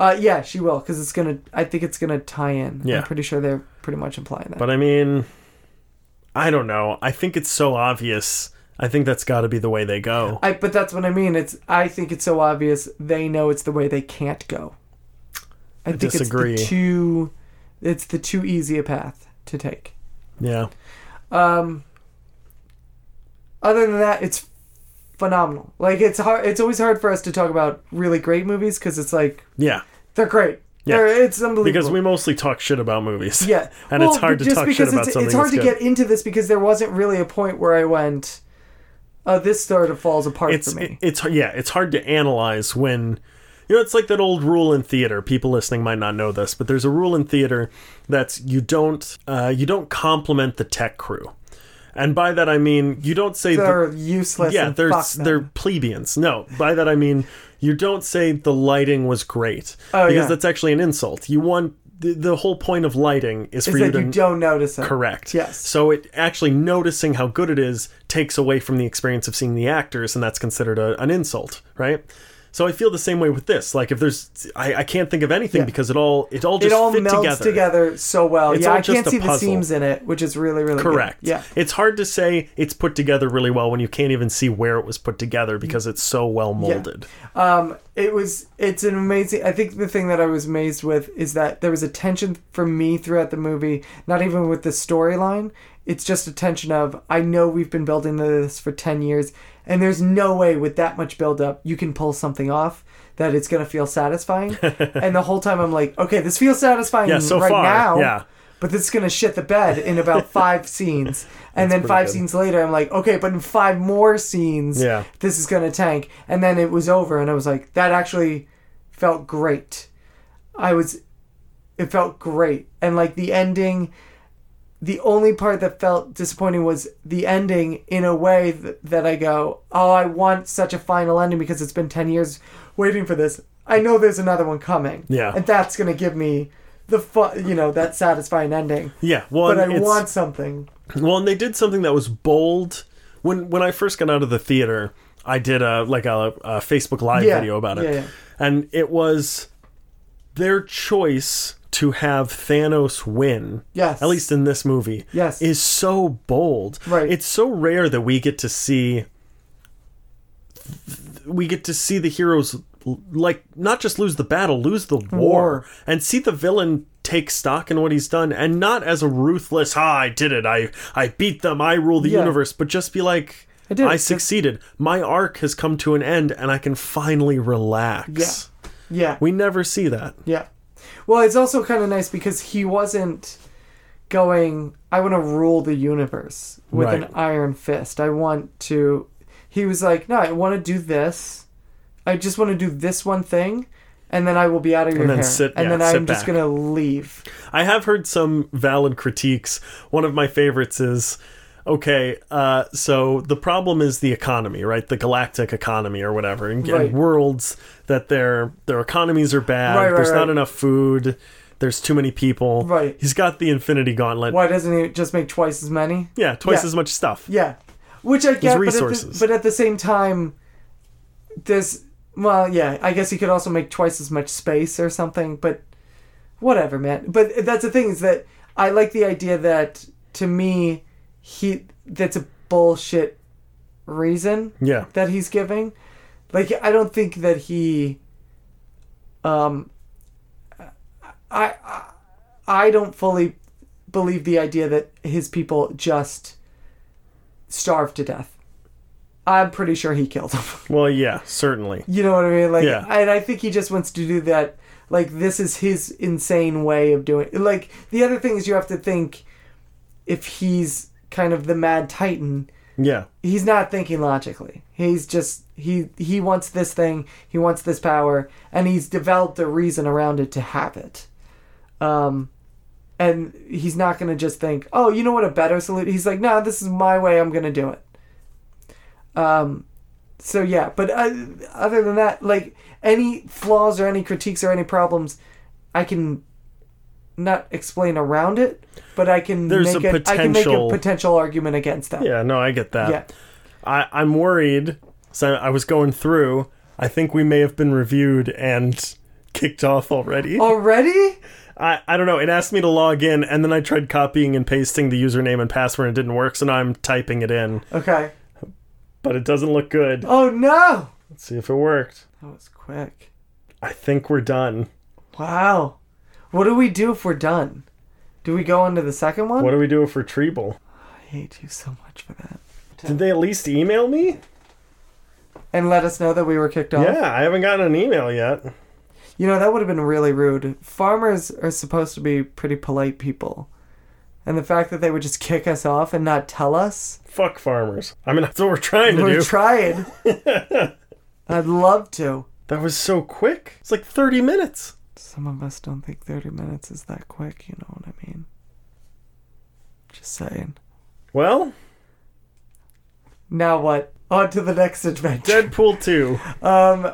Uh, yeah, she will, because it's going to. I think it's going to tie in.
Yeah.
I'm pretty sure they're pretty much implying that.
But I mean, I don't know. I think it's so obvious. I think that's got to be the way they go.
I, but that's what I mean. It's I think it's so obvious they know it's the way they can't go. I, think
disagree.
it's the too it's the too easy a path to take.
Yeah.
Um other than that, it's phenomenal. Like it's hard it's always hard for us to talk about really great movies cuz it's like
Yeah.
they're great.
Yeah.
They're, it's unbelievable.
Because we mostly talk shit about movies. [laughs]
Yeah,
And it's hard
but
to talk shit about
it's,
something
It's hard
that's
to
good.
get into this because there wasn't really a point where I went, "Oh, this sort of falls apart
It's
for me."
it- it's yeah, it's hard to analyze when you know, it's like that old rule in theater. People listening might not know this, but there's a rule in theater that's you don't uh, you don't compliment the tech crew. And by that I mean you don't say the-
they're useless.
yeah,
and
they're
fuck them.
they're plebeians. No, by that I mean you don't say the lighting was great
Oh,
because
yeah.
that's actually an insult. You want the, the whole point of lighting is for
is
you
that
to
you don't notice it.
correct.
Yes.
So it actually noticing how good it is takes away from the experience of seeing the actors, and that's considered a, an insult, right? So I feel the same way with this. Like if there's, I, I can't think of anything
Yeah.
because it all it all just
It all
fit
melds together. so well.
It's
yeah,
all
I
just
can't
a
see the
puzzle.
seams in it, which is really really good.
Correct.
Yeah,
It's hard to say it's put together really well when you can't even see where it was put together because it's so well molded.
um, it was. It's an amazing. I think the thing that I was amazed with is that there was a tension for me throughout the movie. Not even with the storyline. It's just a tension of I know we've been building this for ten years, and there's no way with that much buildup you can pull something off that it's gonna feel
[laughs]
satisfying. and the whole time I'm like, okay, this feels satisfying
Yeah, so
right
far,
now.
yeah.
but this is gonna shit the bed in
[laughs]
about five scenes, and then five
good.
scenes later, I'm like, okay, but in five more scenes,
Yeah.
this is gonna tank. And then it was over, and I was like, that actually felt great. I was, it felt great, and like the ending. The only part that felt disappointing was the ending in a way th- that I go, oh, I want such a final ending because it's been 10 years waiting for this. I know there's another one coming.
Yeah.
And that's going to give me the fun, you know, that satisfying ending.
Yeah. Well,
But I
and it's,
want something.
Well, and they did something that was bold. When when I first got out of the theater, I did a like a, a Facebook live
Yeah,
video about it,
yeah, yeah.
and it was their choice to have Thanos win.
Yes.
At least in this movie.
Yes.
Is so bold.
Right.
It's so rare that we get to see we get to see the heroes l- like not just lose the battle, lose the war,
War.
and see the villain take stock in what he's done and not as a ruthless, "Ah, I did it. I I beat them. I rule the
Yeah.
universe," but just be like
I did it.
I
That's-
succeeded. My arc has come to an end and I can finally relax.
Yeah. Yeah.
We never see that.
Yeah. Well, it's also kind of nice because he wasn't going, I want to rule the universe with
Right.
an iron fist. I want to. He was like, no, I want to do this. I just want to do this one thing, and then I will be out of your
then
hair.
sit-
and
yeah,
then
sit
I'm just
back.
going to leave.
I have heard some valid critiques. One of my favorites is okay, uh, so the problem is the economy, right? The galactic economy or whatever, and, and
Right.
worlds that their their economies are bad.
Right, right,
there's not
right.
enough food. There's too many people.
Right.
He's got the infinity gauntlet.
Why doesn't he just make twice as many?
Yeah, twice
Yeah.
as much stuff.
Yeah, which I get, but at, the,
resources.
but at the same time, there's well, yeah, I guess you could also make twice as much space or something, but whatever, man. But that's the thing is that I like the idea that to me, he that's a bullshit reason
Yeah.
that he's giving. Like I don't think that he um I I, I don't fully believe the idea that his people just starved to death. I'm pretty sure he killed them. [laughs]
Well, yeah, certainly.
You know what I mean? Like,
Yeah.
and I think he just wants to do that. Like, this is his insane way of doing. Like, the other thing is you have to think if he's kind of the mad titan,
Yeah.
he's not thinking logically. He's just he he wants this thing, he wants this power, and he's developed a reason around it to have it. Um, and he's not gonna just think, oh, you know what, a better solution. He's like, no, this is my way. I'm gonna do it. Um, so yeah, but uh, other than that, like any flaws or any critiques or any problems, I can not explain around it, but I can
There's
make
a
it. I can make a
potential-
potential argument against that.
Yeah, no, I get that.
yeah.
I, I'm worried. So I was going through. I think we may have been reviewed and kicked off
Oh,
already.
Already?
I, I don't know. It asked me to log in, and then I tried copying and pasting the username and password, and it didn't work. So now I'm typing it in,
Okay.
but it doesn't look good.
Oh no!
Let's see if it worked.
That was quick.
I think we're done.
Wow. What do we do if we're done? Do we go into the second one?
What do we do if we're Treble?
I hate you so much for that.
Did they at least email me?
And let us know that we were kicked off.
Yeah, I haven't gotten an email yet.
You know, that would have been really rude. Farmers are supposed to be pretty polite people. And the fact that they would just kick us off and not tell us,
Fuck farmers. I mean, [laughs] that's what we're trying to
we're
do. [laughs]
trying. I'd love to.
that was so quick. It's like 30 minutes.
Some of us don't think 30 minutes is that quick, you know what I mean? Just saying.
Well,
Now what? On to the next adventure.
Deadpool [laughs] 2.
Um,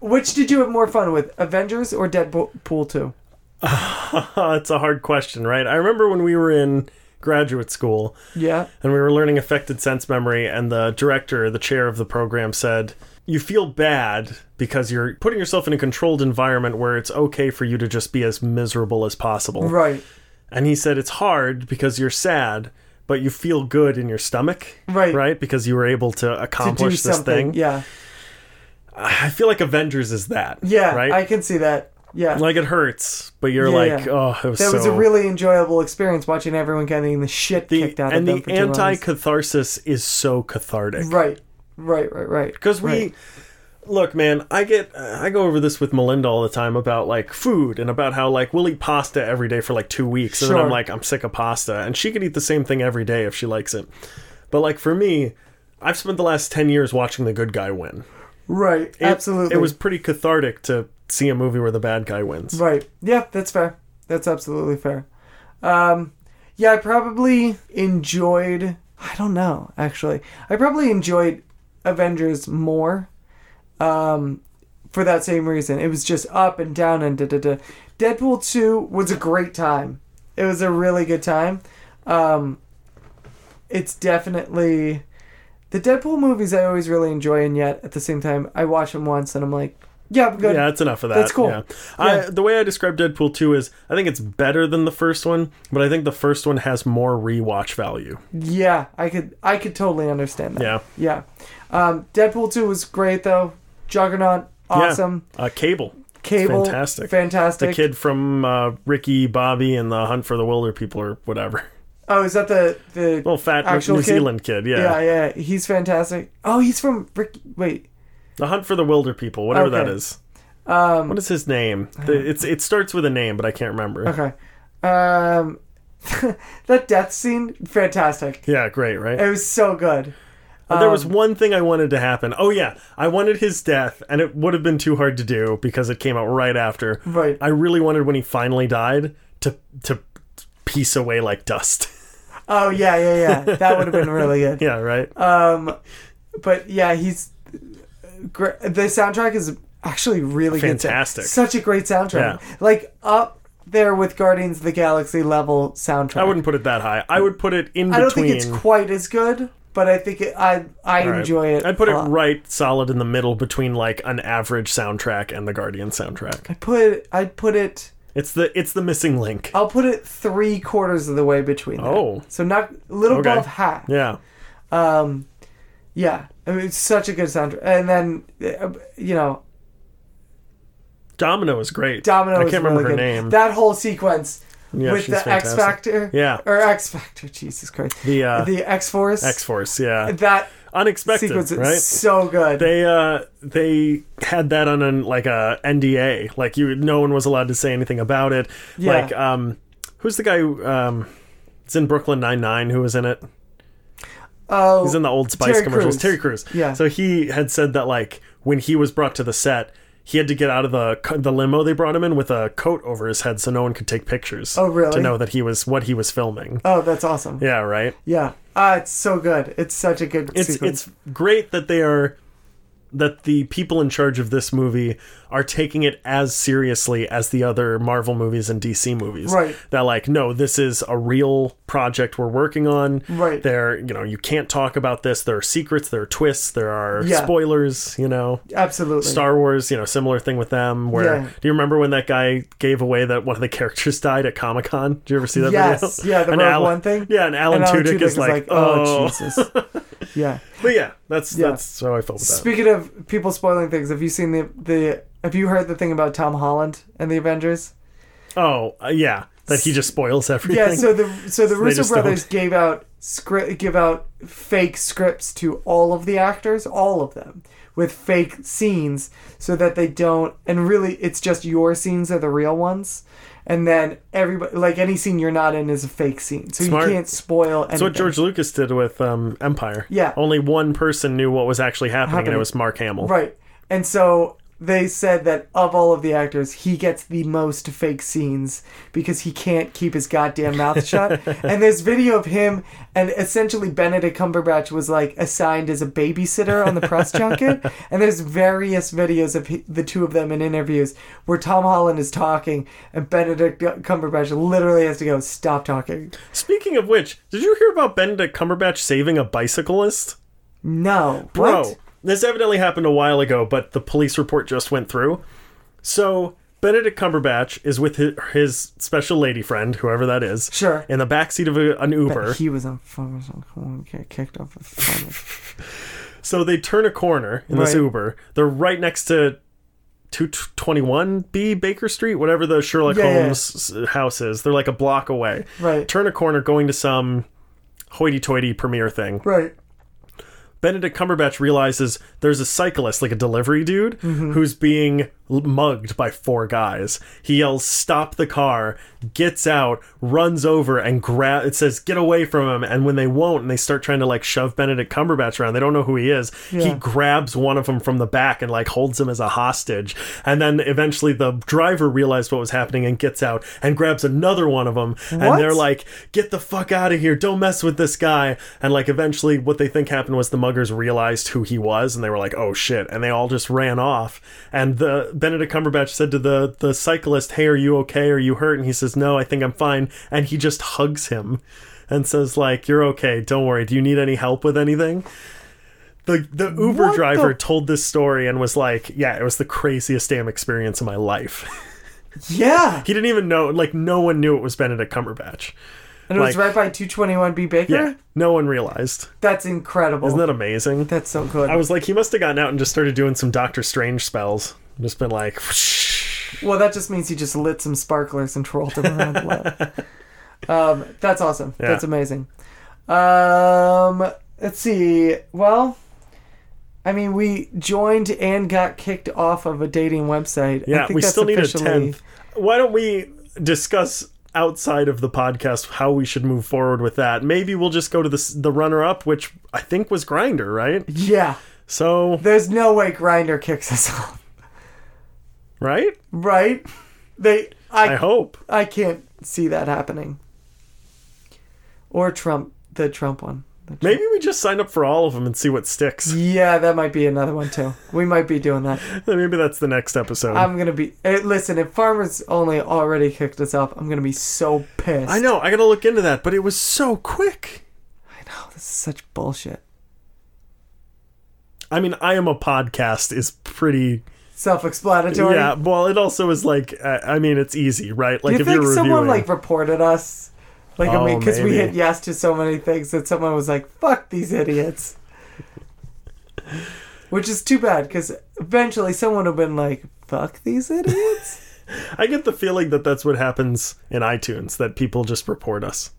which did you have more fun with, Avengers or Deadpool 2?
it's a hard question, right? I remember when we were in graduate school
Yeah.
and we were learning affected sense memory, and the director, the chair of the program, said, You feel bad because you're putting yourself in a controlled environment where it's okay for you to just be as miserable as possible.
Right.
And he said, It's hard because you're sad, but you feel good in your stomach.
Right.
Right? Because you were able to
To do
accomplish this
something.
thing.
Yeah.
I feel like Avengers is that.
Yeah.
Right?
I can see that. Yeah.
like it hurts, but you're
Yeah,
like,
yeah.
oh, it was
that
so
was a really enjoyable experience watching everyone getting the shit
the,
kicked out
and
of them
the
for two
anti
hours.
catharsis is so cathartic.
Right. Right. Right. Right.
Because we
Right.
look, man, I get I go over this with Melinda all the time about like food and about how like we'll eat pasta every day for like two weeks, and then I'm
Sure.
like I'm sick of pasta, and she could eat the same thing every day if she likes it. But like for me, I've spent the last ten years watching the good guy win.
Right.
It-
Absolutely.
it was pretty cathartic to see a movie where the bad guy wins.
Right. Yeah, that's fair. That's absolutely fair. Um, yeah, I probably enjoyed. I don't know, actually. I probably enjoyed Avengers more um, for that same reason. It was just up and down and da da da. Deadpool 2 was a great time. It was a really good time. Um, it's definitely. The Deadpool movies I always really enjoy, and yet at the same time, I watch them once and I'm like, yeah, I'm good.
Yeah, that's enough of that.
That's cool.
Yeah. I,
Yeah.
the way I describe Deadpool 2 is I think it's better than the first one, but I think the first one has more rewatch value.
Yeah, I could I could totally understand that.
Yeah.
Yeah. Um, Deadpool 2 was great though. Juggernaut, awesome.
Uh, Cable.
Cable,
fantastic.
Fantastic.
The kid from uh, Ricky Bobby and the Hunt for the Wilder People or whatever. [laughs]
Oh, is that the the
Little fat
Actual
New
kid?
Zealand kid. Oh, Yeah.
yeah. yeah, he's fantastic. Oh, he's from Ricky. Wait.
The Hunt for the Wilder People, whatever
Okay.
that is.
Um,
What is his name? The, it's It starts with a name, but I can't remember.
okay. Um, [laughs] that death scene, fantastic.
Yeah, great, right?
It was so good.
Uh, there was
um,
one thing I wanted to happen. Oh yeah, I wanted his death, and it would have been too hard to do because it came out right after.
Right.
I really wanted when he finally died to to piece away like dust. [laughs]
Oh yeah, yeah, yeah. That would have been really good.
yeah. Right.
Um, but yeah, he's great. The soundtrack is actually really
Fantastic.
Good. Such a great soundtrack. Like up there with Guardians of the Galaxy level soundtrack.
I wouldn't put it that high. I would put it in
Uh, I don't
between.
think it's quite as good, but I think it, I I
All right.
enjoy it.
I'd put
a
it
lot.
right solid in the middle between like an average soundtrack and the Guardian soundtrack.
Put I'd put it
It's the it's the missing link.
I'll put it three quarters of the way between. Them.
Oh.
so not a little
Okay.
above half.
Yeah.
Um, yeah, I mean, it's such a good soundtrack. And then, uh, you know,
Domino is great.
Domino.
I
was
can't remember
really
her
good.
name.
That whole sequence
Yeah,
with
she's
the X
fantastic.
Factor.
Yeah.
[laughs] or X Factor. Jesus Christ.
The uh,
the X Force.
X Force. Yeah.
That
Unexpected,
sequence is
right?
so good.
They uh they had that on an like a NDA. Like you no one was allowed to say anything about it.
Yeah.
Like um who's the guy who um it's in Brooklyn Nine Nine who was in it?
oh,
He's in the old Spice
Terry
commercials.
Crews.
Terry Crews.
Yeah.
So he had said that like when he was brought to the set, he had to get out of the co- the limo they brought him in with a coat over his head so no one could take pictures.
Oh, really?
To know that he was what he was filming.
oh, that's awesome.
Yeah, right.
Yeah, ah, it's so good. It's such a good
It's
sequence.
it's great that they are that the people in charge of this movie are taking it as seriously as the other Marvel movies and DC movies.
Right.
That like, no, this is a real project we're working on.
Right.
There, you know, you can't talk about this. There are secrets, there are twists, there are
Yeah.
spoilers, you know.
absolutely
Star Wars, you know, similar thing with them. Where
Yeah.
do you remember when that guy gave away that one of the characters died at Comic Con? Did you ever see that
Yes,
video?
yeah, the
And
Rogue One thing.
Yeah, and Alan,
And Alan
Tudyk, is, like, oh, [laughs]
Jesus. yeah.
but yeah, that's
Yeah.
that's how I felt about it.
Speaking of people spoiling things, have you seen the the have you heard the thing about Tom Holland and the Avengers?
Oh uh, yeah, that he just spoils everything.
Yeah, so the so the Russo
just don't.
brothers gave out script give out fake scripts to all of the actors, all of them, with fake scenes so that they don't and really it's just your scenes are the real ones. And then everybody like any scene you're not in is a fake scene. So
Smart.
you can't spoil anything.
that's [laughs] what George Lucas did with um, Empire.
Yeah.
only one person knew what was actually happening, and
Happening.
it was Mark Hamill.
Right. And so they said that of all of the actors, he gets the most fake scenes because he can't keep his goddamn mouth shut. and there's video of him, and essentially Benedict Cumberbatch was like assigned as a babysitter on the press junket. And there's various videos of he- the two of them in interviews where Tom Holland is talking, and Benedict Cumberbatch literally has to go, Stop talking.
Speaking of which, did you hear about Benedict Cumberbatch saving a bicyclist?
No.
Bro,
What?
this evidently happened a while ago, but the police report just went through. So Benedict Cumberbatch is with his, his special lady friend, whoever that is,
Sure.
in the backseat of a, an Uber.
He was on phone. Come on, kicked off the phone.
So they turn a corner in this
Right.
Uber. They're right next to 221B Baker Street, whatever the Sherlock
Yeah, yeah.
Holmes s- house is. They're like a block away.
Right.
Turn a corner going to some hoity toity premiere thing.
Right.
Benedict Cumberbatch realizes there's a cyclist, like a delivery dude,
Mm-hmm.
who's being l- mugged by four guys. He yells, "Stop the car!" Gets out, runs over, and grab. It says, "Get away from him!" And when they won't, and they start trying to like shove Benedict Cumberbatch around, they don't know who he is. He
Yeah.
grabs one of them from the back and like holds him as a hostage. And then eventually, the driver realized what was happening and gets out and grabs another one of them.
What?
And they're like like get the fuck out of here don't mess with this guy and like eventually what they think happened was the muggers realized who he was and they were like oh shit and they all just ran off and the benedict cumberbatch said to the the cyclist hey are you okay are you hurt and he says no i think i'm fine and he just hugs him and says like you're okay don't worry do you need any help with anything the, the Uber
What the-
driver told this story and was like, "Yeah, it was the craziest damn experience of my life." [laughs]
Yeah.
he didn't even know, like, no one knew it was Benedict Cumberbatch.
And it was
Like-
right by 221B Baker?
Yeah, no one realized.
That's incredible.
Isn't that amazing?
That's so good.
I was like, he must have gotten out and just started doing some Doctor Strange spells. Just been like,
well, that just means he just lit some sparklers and twirled them around the lab.
[laughs]
Um, that's awesome.
Yeah.
That's amazing. Um, let's see. Well, I mean, we joined and got kicked off of a dating website. I
yeah,
think
we
that's
still need a
officially-
tenth. Why don't we discuss outside of the podcast how we should move forward with that? Maybe we'll just go to the s- the runner up, which I think was Grinder, right?
Yeah.
So
There's no way Grinder kicks us off, [laughs]
right,
right? They.
I hope.
I can't see that happening. Or Trump, the Trump one.
Maybe we just sign up for all of them and see what sticks.
Yeah, that might be another one too. We might be doing that.
[laughs] Maybe that's the next episode.
I'm gonna be. eh, Listen, if Farmers Only already kicked us off, I'm gonna be so pissed.
I know. I gotta look into that, but it was so quick.
I know Oh, this is such bullshit.
I mean, I am a podcast is pretty
self-explanatory.
Yeah, well, it also is like uh, I mean, it's easy, right? Like
you
if
think
you're
someone
reviewing,
like reported us? Like I
Oh,
mean, because we
maybe.
hit yes to so many things that someone was like, "Fuck these idiots," which is too bad because eventually someone would have been like, "Fuck these idiots."
[laughs] I get the feeling that that's what happens in iTunes that people just report us.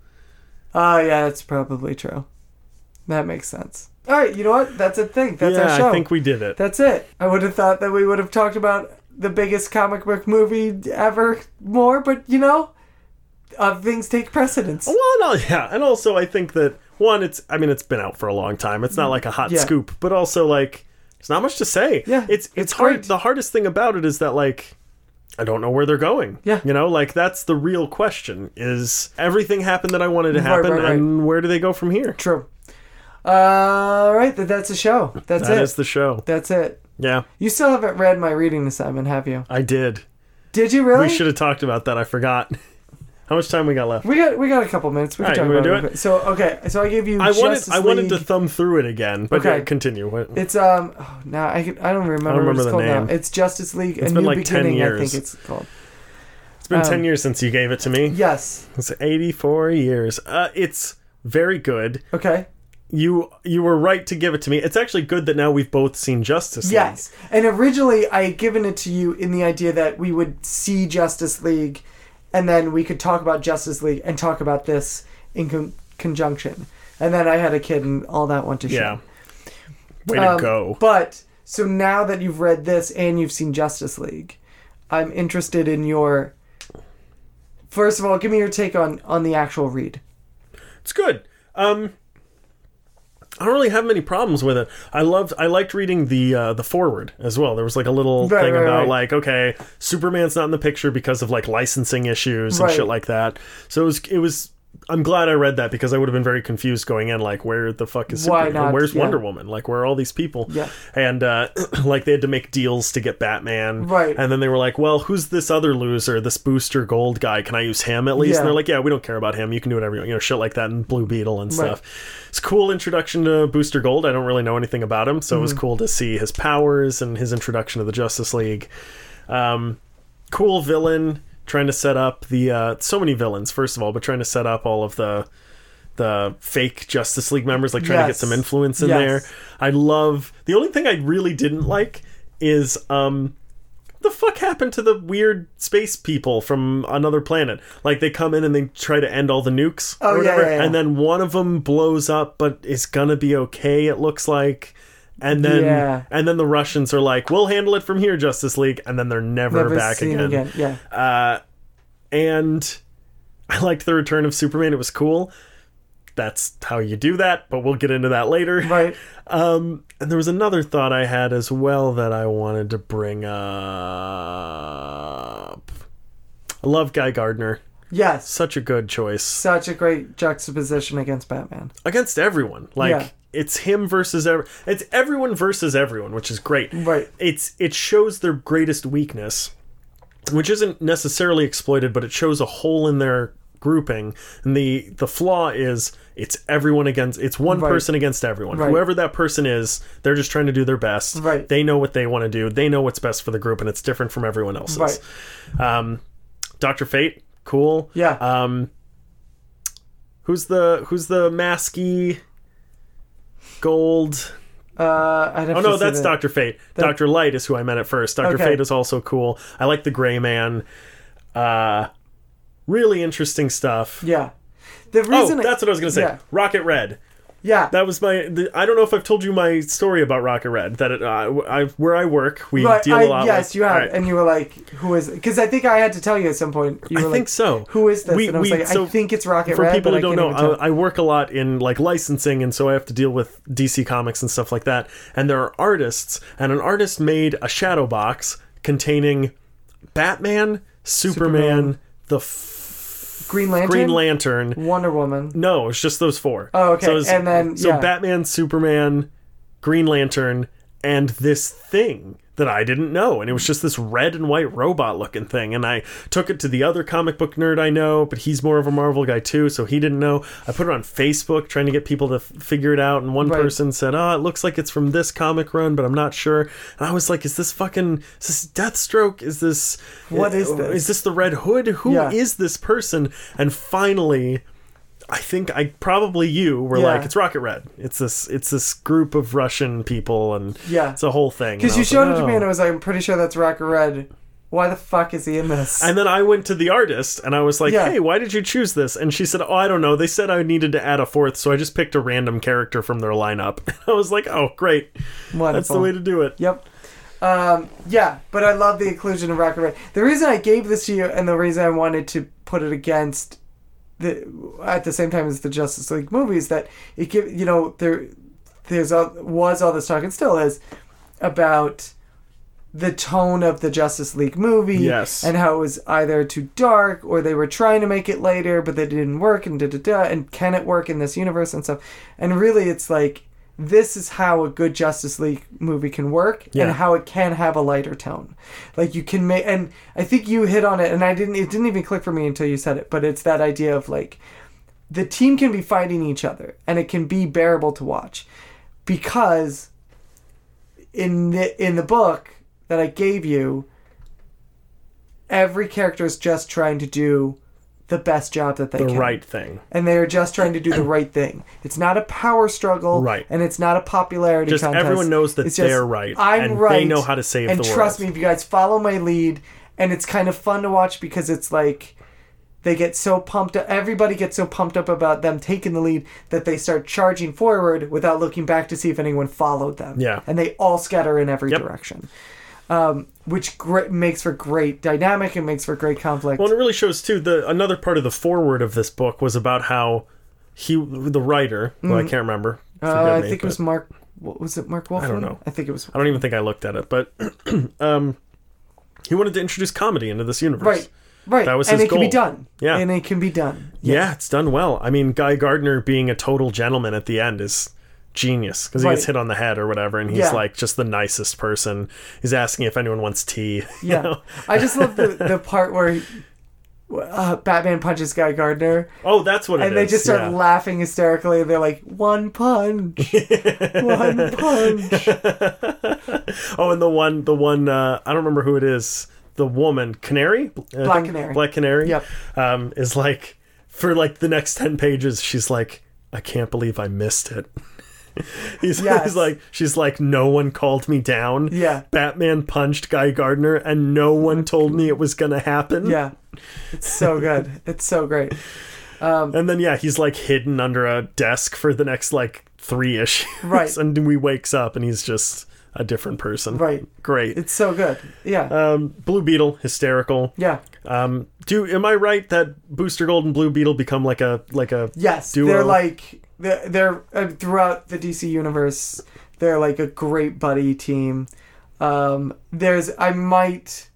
Oh yeah, that's probably true. That makes sense. All right, you know what? That's a thing. That's
yeah,
our show.
I think we did it.
That's it. I would have thought that we would have talked about the biggest comic book movie ever more, but you know, uh, things take precedence.
Well, no, yeah, and also I think that one, it's I mean, it's been out for a long time. It's not like a hot
Mm, Yeah.
scoop, but also like there's not much to say.
Yeah,
it's it's,
it's
hard.
great.
The hardest thing about it is that like I don't know where they're going.
Yeah.
you know, like that's the real question: is everything happened that I wanted to happen,
right, right.
and where do they go from here?
True. All right, th- that's a show. That's
That
it.
is the show.
That's it.
Yeah,
You still haven't read my reading assignment, have you?
I did.
Did you really?
We should have talked about that. I forgot. How much time we got left?
We got we got a couple minutes. We can
All
talk
right, you wanna
about it.
do
real
it?
quick. So okay, so I gave you.
I wanted
Justice
I wanted to
League.
thumb through it again, but
Okay.
yeah, continue. What-
It's um oh, now I can, I don't remember,
remember
what it's
the
called
name.
now. It's Justice League
It's
a
been
New
like 10
Beginning, I
years.
think it's called.
It's been
um,
ten years since you gave it to me.
Yes.
It's 84 years. Uh, it's very good.
Okay.
You you were right to give it to me. It's actually good that now we've both seen Justice League.
Yes. And originally I had given it to you in the idea that we would see Justice League and then we could talk about Justice League and talk about this in con- conjunction. And then I had a kid and all that went to shit.
Yeah. Way
Um,
to go.
But so now that you've read this and you've seen Justice League, I'm interested in your First of all, give me your take on on the actual read.
It's good. Um I don't really have many problems with it. I loved I liked reading the uh the forward as well. There was like a little
Right,
thing
right,
about
right.
like okay, Superman's not in the picture because of like licensing issues and
Right.
shit like that. So it was it was I'm glad I read that because I would have been very confused going in like where the fuck is
Why
Superman?
not?
Where's
Yeah.
Wonder Woman? Like where are all these people?
Yeah.
And uh [clears throat] like they had to make deals to get Batman.
Right.
And then they were like, "Well, who's this other loser? This Booster Gold guy? Can I use him at least?"
Yeah.
And they're like, "Yeah, we don't care about him. You can do whatever you want." You know, shit like that, and Blue Beetle and stuff. It's a cool introduction to Booster Gold. I don't really know anything about him, so it
Mm-hmm.
was cool to see his powers and his introduction to the Justice League. Um, cool villain trying to set up the uh, so many villains first of all, but trying to set up all of the the fake Justice League members, like trying to get
Yes.
some influence in
Yes.
there. I love the only thing I really didn't like is um the fuck happened to the weird space people from another planet? Like they come in and they try to end all the nukes
Oh,
or
yeah,
whatever,
yeah, yeah.
and then one of them blows up, but it's gonna be okay. It looks like. And then,
Yeah.
and then the Russians are like, "We'll handle it from here, Justice League," and then they're never,
Never
back
seen
again
again. Yeah.
and I liked the return of Superman. It was cool. That's how you do that, but we'll get into
[laughs]
that later.
Right.
Um, and there was another thought I had as well that I wanted to bring up. I love Guy Gardner.
Yes.
Such a good choice
such a great juxtaposition against Batman.
against everyone. Like
Yeah.
it's him versus ever. It's everyone versus everyone, which is great.
Right.
It's it shows their greatest weakness, which isn't necessarily exploited, but it shows a hole in their grouping. And the the flaw is it's everyone against it's one
Right.
person against everyone.
Right.
Whoever that person is, they're just trying to do their best.
Right.
They know what they want to do. They know what's best for the group, and it's different from everyone else's.
Right.
Um, Doctor Fate, cool.
Yeah.
Um, who's the who's the masky gold?
Uh, I'd have
Oh
to
no,
see
that's
the-
Doctor Fate. Doctor Light is who I meant at first. Doctor
Okay.
Fate is also cool. I like the Gray Man. Uh, really interesting stuff.
Yeah. The
Oh,
reason. I-
that's what I was gonna say.
Yeah.
Rocket Red.
yeah.
That was my. The, I don't know if I've told you my story about Rocket Red. That it, uh, I, where I work, we
Right,
deal
I,
a lot.
yes,
with,
you have,
All right.
and you were like, "Who is?" Because I think I had to tell you at some point. You
I
were
think
like,
so.
Who is this?
We-
and I was
we-
like,
so
"I think it's Rocket
for
Red."
people
but
who don't
I
know,
can't even tell.
I, I work a lot in like licensing, and so I have to deal with DC Comics and stuff like that. And there are artists, and an artist made a shadow box containing Batman, Superman,
Superman.
the f-
Green Lantern,
uh, Green Lantern.
Wonder Woman.
No, it's just those four.
Oh, okay,
So it's-
and then-
so
yeah.
Batman, Superman, Green Lantern, and this thing. that I didn't know. And it was just this red and white robot looking thing. And I took it to the other comic book nerd I know, but he's more of a Marvel guy too, so he didn't know. I put it on Facebook trying to get people to f- figure it out. And one
Right.
person said, Oh, it looks like it's from this comic run, but I'm not sure. And I was like, Is this fucking, is this Deathstroke? Is this, uh,
What is this?
Is this the Red Hood? Who is
Yeah.
this person? And finally, I think I probably you were
Yeah.
like it's Rocket Red. It's this it's this group of Russian people and
Yeah.
it's a whole thing. And
Because
I
you
was
showed
like,
it to me and I
"Oh."
was like, I'm pretty sure that's Rocket Red. Why the fuck is he in this?
And then I went to the artist and I was like,
Yeah.
"Hey, why did you choose this?" And she said, "Oh, I don't know. They said I needed to add a fourth, so I just picked a random character from their lineup." [laughs] I was like, "Oh, great.
Wonderful.
That's the way to do it."
Yep. Um, yeah, but I love the inclusion of Rocket Red. The reason I gave this to you and the reason I wanted to put it against the at the same time as the Justice League movie is that it give you know there there's all, was all this talk and still is about the tone of the Justice League movie
Yes.
and how it was either too dark or they were trying to make it lighter but they didn't work and da da da and can it work in this universe and stuff and really it's like this is how a good Justice League movie can work
Yeah.
and how it can have a lighter tone like you can make and I think you hit on it and I didn't it didn't even click for me until you said it but it's that idea of like the team can be fighting each other and it can be bearable to watch because in the in the book that I gave you every character is just trying to do the best job that they
The
can
right thing.
and they are just trying to do the right thing it's not a power struggle
Right.
and it's not a popularity
Just
contest.
everyone knows that
It's just,
they're right
I'm
and they
right
know how to save
and
the
trust
world.
me if you guys follow my lead and it's kind of fun to watch because it's like they get so pumped up everybody gets so pumped up about them taking the lead that they start charging forward without looking back to see if anyone followed them
Yeah.
and they all scatter in every
Yep.
direction um, which gr- makes for great dynamic and makes for great conflict
Well, and it really shows too. The another part of the foreword of this book was about how he, the writer, well, I can't remember.
uh,
Forgive
i
me,
think it
but-
was mark what was it mark wolfman
know.
i think it was
I don't even think I looked at it, but [clears throat] um, he wanted to introduce comedy into this universe.
right right
That was
and
his
it can be
goal.
done
Yeah.
and it can be
[laughs]
done
Yeah, it's done well. I mean, Guy Gardner being a total gentleman at the end is genius because he
Right.
gets hit on the head or whatever, and he's
Yeah.
like just the nicest person. He's asking if anyone wants tea. you
Yeah,
know?
I just love the, the part where uh, Batman punches Guy Gardner,
[laughs] Oh, that's what it is.
and they just start
yeah.
laughing hysterically, and they're like, "One punch,
[laughs]
one punch."
Oh, and the one, the one, uh, I don't remember who it is. The woman, Canary, I
Black
think-
Canary.
Black Canary.
Yep.
Um, is like for like the next ten pages, she's like, I can't believe I missed it. [laughs] he's,
Yes.
he's like, she's like, no one called me down.
Yeah. Oh
Batman punched Guy Gardner, and no one told me it was gonna happen.
Yeah, it's so good. It's so great.
And then yeah, he's like hidden under a desk for the next like three issues.
Right.
[laughs] and we wakes up and he's just a different person.
Right.
Great.
It's so good. Yeah,
um, Blue Beetle, hysterical.
yeah,
Um, do am I right that Booster Gold and Blue Beetle become like a like a
yes.
Duo.
They're like they're, they're uh, throughout the DC universe. They're like a great buddy team. Um, there's I might.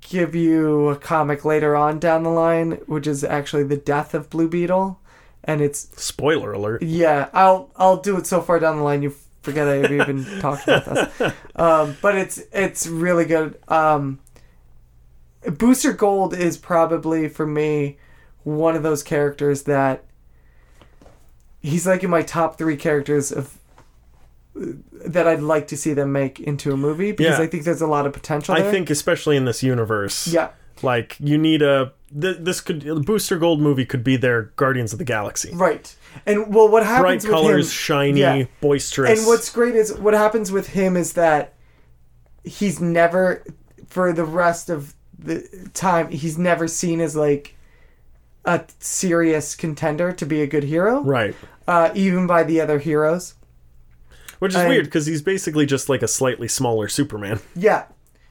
give you a comic later on down the line, which is actually the death of Blue Beetle, and it's
spoiler alert?
yeah, I'll I'll do it so far down the line you forget I have even
[laughs]
talked about this, um, but it's it's really good. Um, Booster Gold is probably for me one of those characters that he's like in my top three characters of that I'd like to see them make into a movie because
Yeah.
I think there's a lot of potential.
I
there.
think especially in this universe.
yeah.
Like you need a th- this could the Booster Gold movie could be their Guardians of the Galaxy.
Right. And well, what happens
Bright
with
colors,
him?
shiny,
Yeah.
boisterous.
And what's great is what happens with him is that he's never, for the rest of the time, he's never seen as like a serious contender to be a good hero,
right?
uh, even by the other heroes.
Which is
I-
weird because he's basically just like a slightly
[laughs]
smaller Superman.
Yeah.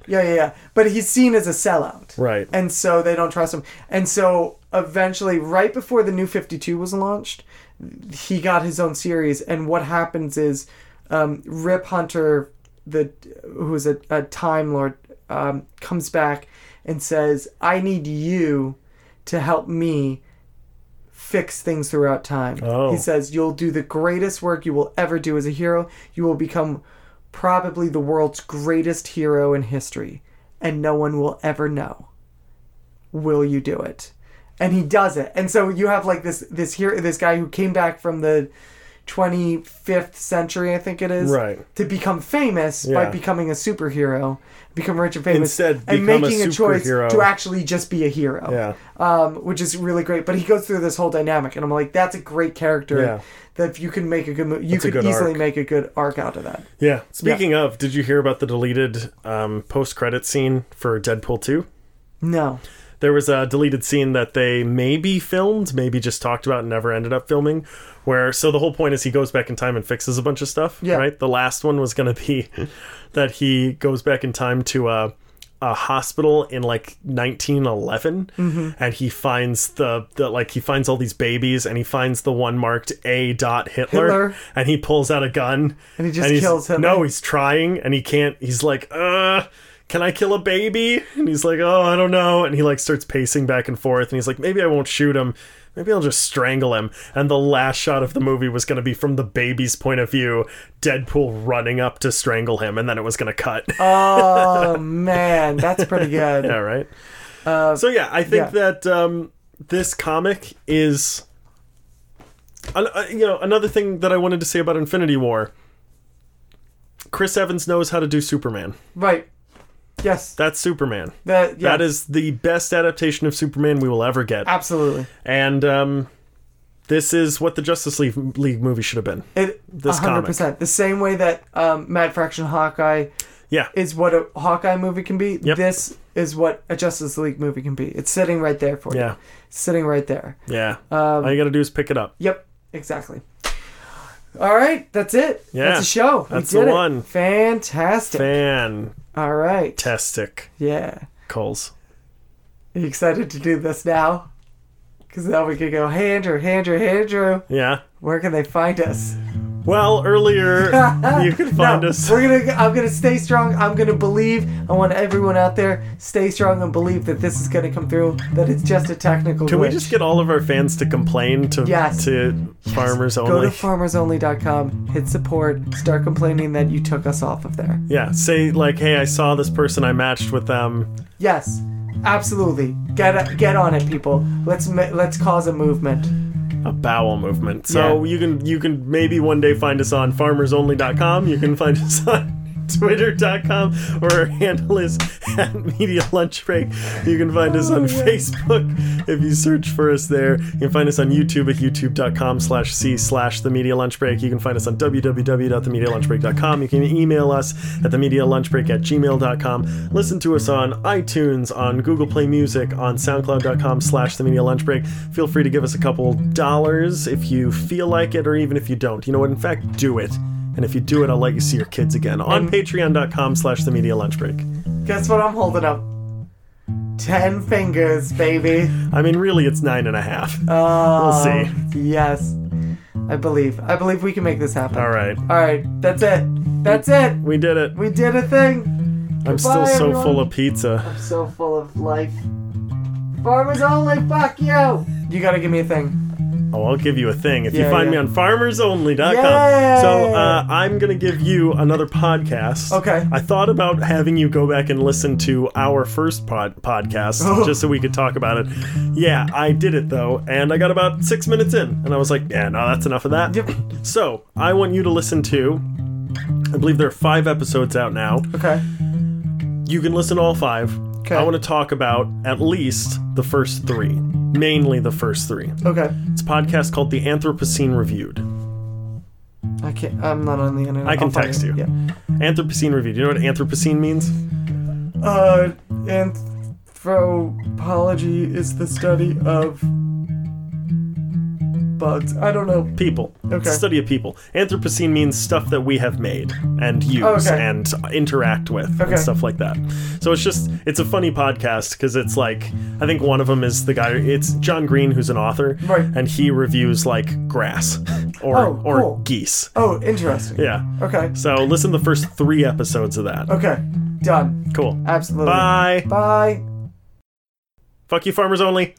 Yeah, yeah, yeah. But he's seen as a sellout.
Right.
And so they don't trust him. And so eventually, right before the new 52 was launched, he got his own series. And what happens is um, Rip Hunter, the who is a, a Time Lord, um, comes back and says, I need you to help me fix things throughout time.
Oh.
He says, You'll do the greatest work you will ever do as a hero. You will become probably the world's greatest hero in history, and no one will ever know. Will you do it? And he does it. And so you have like this this hero, this guy who came back from the 25th century, I think it is,
Right.
to become famous
Yeah.
by becoming a superhero, become rich and famous,
Instead,
and
become a
making a, choice
superhero.
to actually just be a hero
Yeah.
um, which is really great. But he goes through this whole dynamic, and I'm like, that's a great character.
Yeah.
That if you can make a good, mo- you
a
could
good
easily
arc.
make a good arc out of that.
Yeah. Speaking of, did you hear about the deleted um, post-credit scene for Deadpool 2?
No,
There was a deleted scene that they maybe filmed, maybe just talked about and never ended up filming. Where so the whole point is he goes back in time and fixes a bunch of stuff.
Yeah.
Right. The last one was going to be [laughs] that he goes back in time to a, a hospital in like 1911,
Mm-hmm.
and he finds the, the like he finds all these babies and he finds the one marked A. Dot Hitler,
Hitler.
and he pulls out a gun
And he just
he's-
kills Hitler.
No, he's trying and he can't. He's like, uh, can I kill a baby? And he's like, oh, I don't know. And he like starts pacing back and forth and he's like, maybe I won't shoot him. Maybe I'll just strangle him. And the last shot of the movie was going to be from the baby's point of view, Deadpool running up to strangle him, and then it was going to cut. [laughs]
oh [laughs] man, that's pretty good.
yeah, right. so yeah, I
Uh,
think
yeah.
that um, this comic is, an- uh, you know, another thing that I wanted to say about Infinity War. Chris Evans knows how to do Superman.
Right? Yes.
That's Superman.
That yeah.
That is the best adaptation of Superman we will ever get.
absolutely
And um, this is what the Justice League, League movie should have been.
it.
This
hundred percent. The same way that um, Mad Fraction Hawkeye
Yeah,
is what a Hawkeye movie can be.
Yep.
This is what a Justice League movie can be. It's sitting right there for
yeah,
you. Sitting right there.
yeah.
Um,
All you got to do is pick it up.
Yep, exactly. All right, that's it.
Yeah,
that's a show. We
that's
did
the
it.
one.
Fantastic.
Fantastic,
All right. Yeah.
Coles.
Are you excited to do this now? Because now we can go, hey, Andrew, hey, Andrew, hey, Andrew,
Yeah.
where can they find us? [laughs]
Well, earlier you can find
No,
us.
We're gonna. I'm gonna stay strong. I'm gonna believe. I want everyone out there stay strong and believe that this is gonna come through. That it's just a technical.
Can we just get all of our fans to complain to
Yes.
to farmers
go to
only?
farmersonly.com, hit support, start complaining that you took us off of there.
yeah, say like, hey, I saw this person, I matched with them.
Yes, absolutely. Get get on it, people. Let's ma- let's cause a movement.
A bowel movement. So
Yeah.
you can you can maybe one day find us on farmersonly.com. You can find [laughs] us on twitter.com where our handle is [laughs] at media lunch break you can find us [laughs] on facebook if you search for us there you can find us on youtube at youtube.com slash c slash the media lunch break you can find us on www.themedialunchbreak.com you can email us at themedialunchbreak at gmail.com listen to us on itunes on google play music on soundcloud.com slash the media lunch break feel free to give us a couple dollars if you feel like it or even if you don't you know what in fact do it and if you do it, I'll let you see your kids again on patreon.com slash the media lunch break.
Guess what I'm holding up? Ten fingers, baby.
I mean, really, it's nine and a half.
Oh,
see.
Yes, I believe. I believe we can make this happen.
All right.
All right. That's it. That's it.
We did it.
We did a thing.
I'm still
Goodbye,
so
everyone.
full of pizza.
I'm so full of life. Farmers only. Fuck you. You gotta give me a thing.
Oh, I'll give you a thing. If you
Yeah,
find
yeah.
me on farmersonly.com.
Yay!
So uh, I'm going to give you another podcast.
Okay.
I thought about having you go back and listen to our first pod- podcast
Oh.
just so we could talk about it. Yeah, I did it though, and I got about six minutes in, and I was like, yeah, no, that's enough of that.
Yep.
So I want you to listen to. I believe there are five episodes out now.
Okay.
You can listen to all five.
'Kay.
I want to talk about at least the first three, mainly the first three.
Okay.
It's a podcast called The Anthropocene Reviewed.
I can't. I'm not on the internet.
I can
I'll find
text
it.
you.
Yeah.
Anthropocene Reviewed. You know what Anthropocene means?
Uh, anthropology is the study of bugs. I don't know.
People. It's the
Okay.
Study of people. Anthropocene means stuff that we have made and use
Oh, Okay.
and interact with
Okay.
and stuff like that. So it's just it's a funny podcast because it's like I think one of them is the guy. It's John Green who's an author,
Right.
And he reviews like grass [laughs] or
Oh,
or
cool.
geese.
Oh, interesting.
Yeah.
Okay.
So listen to the first three episodes of that.
Okay. Done.
Cool.
Absolutely.
Bye.
Bye.
Fuck you, farmers only.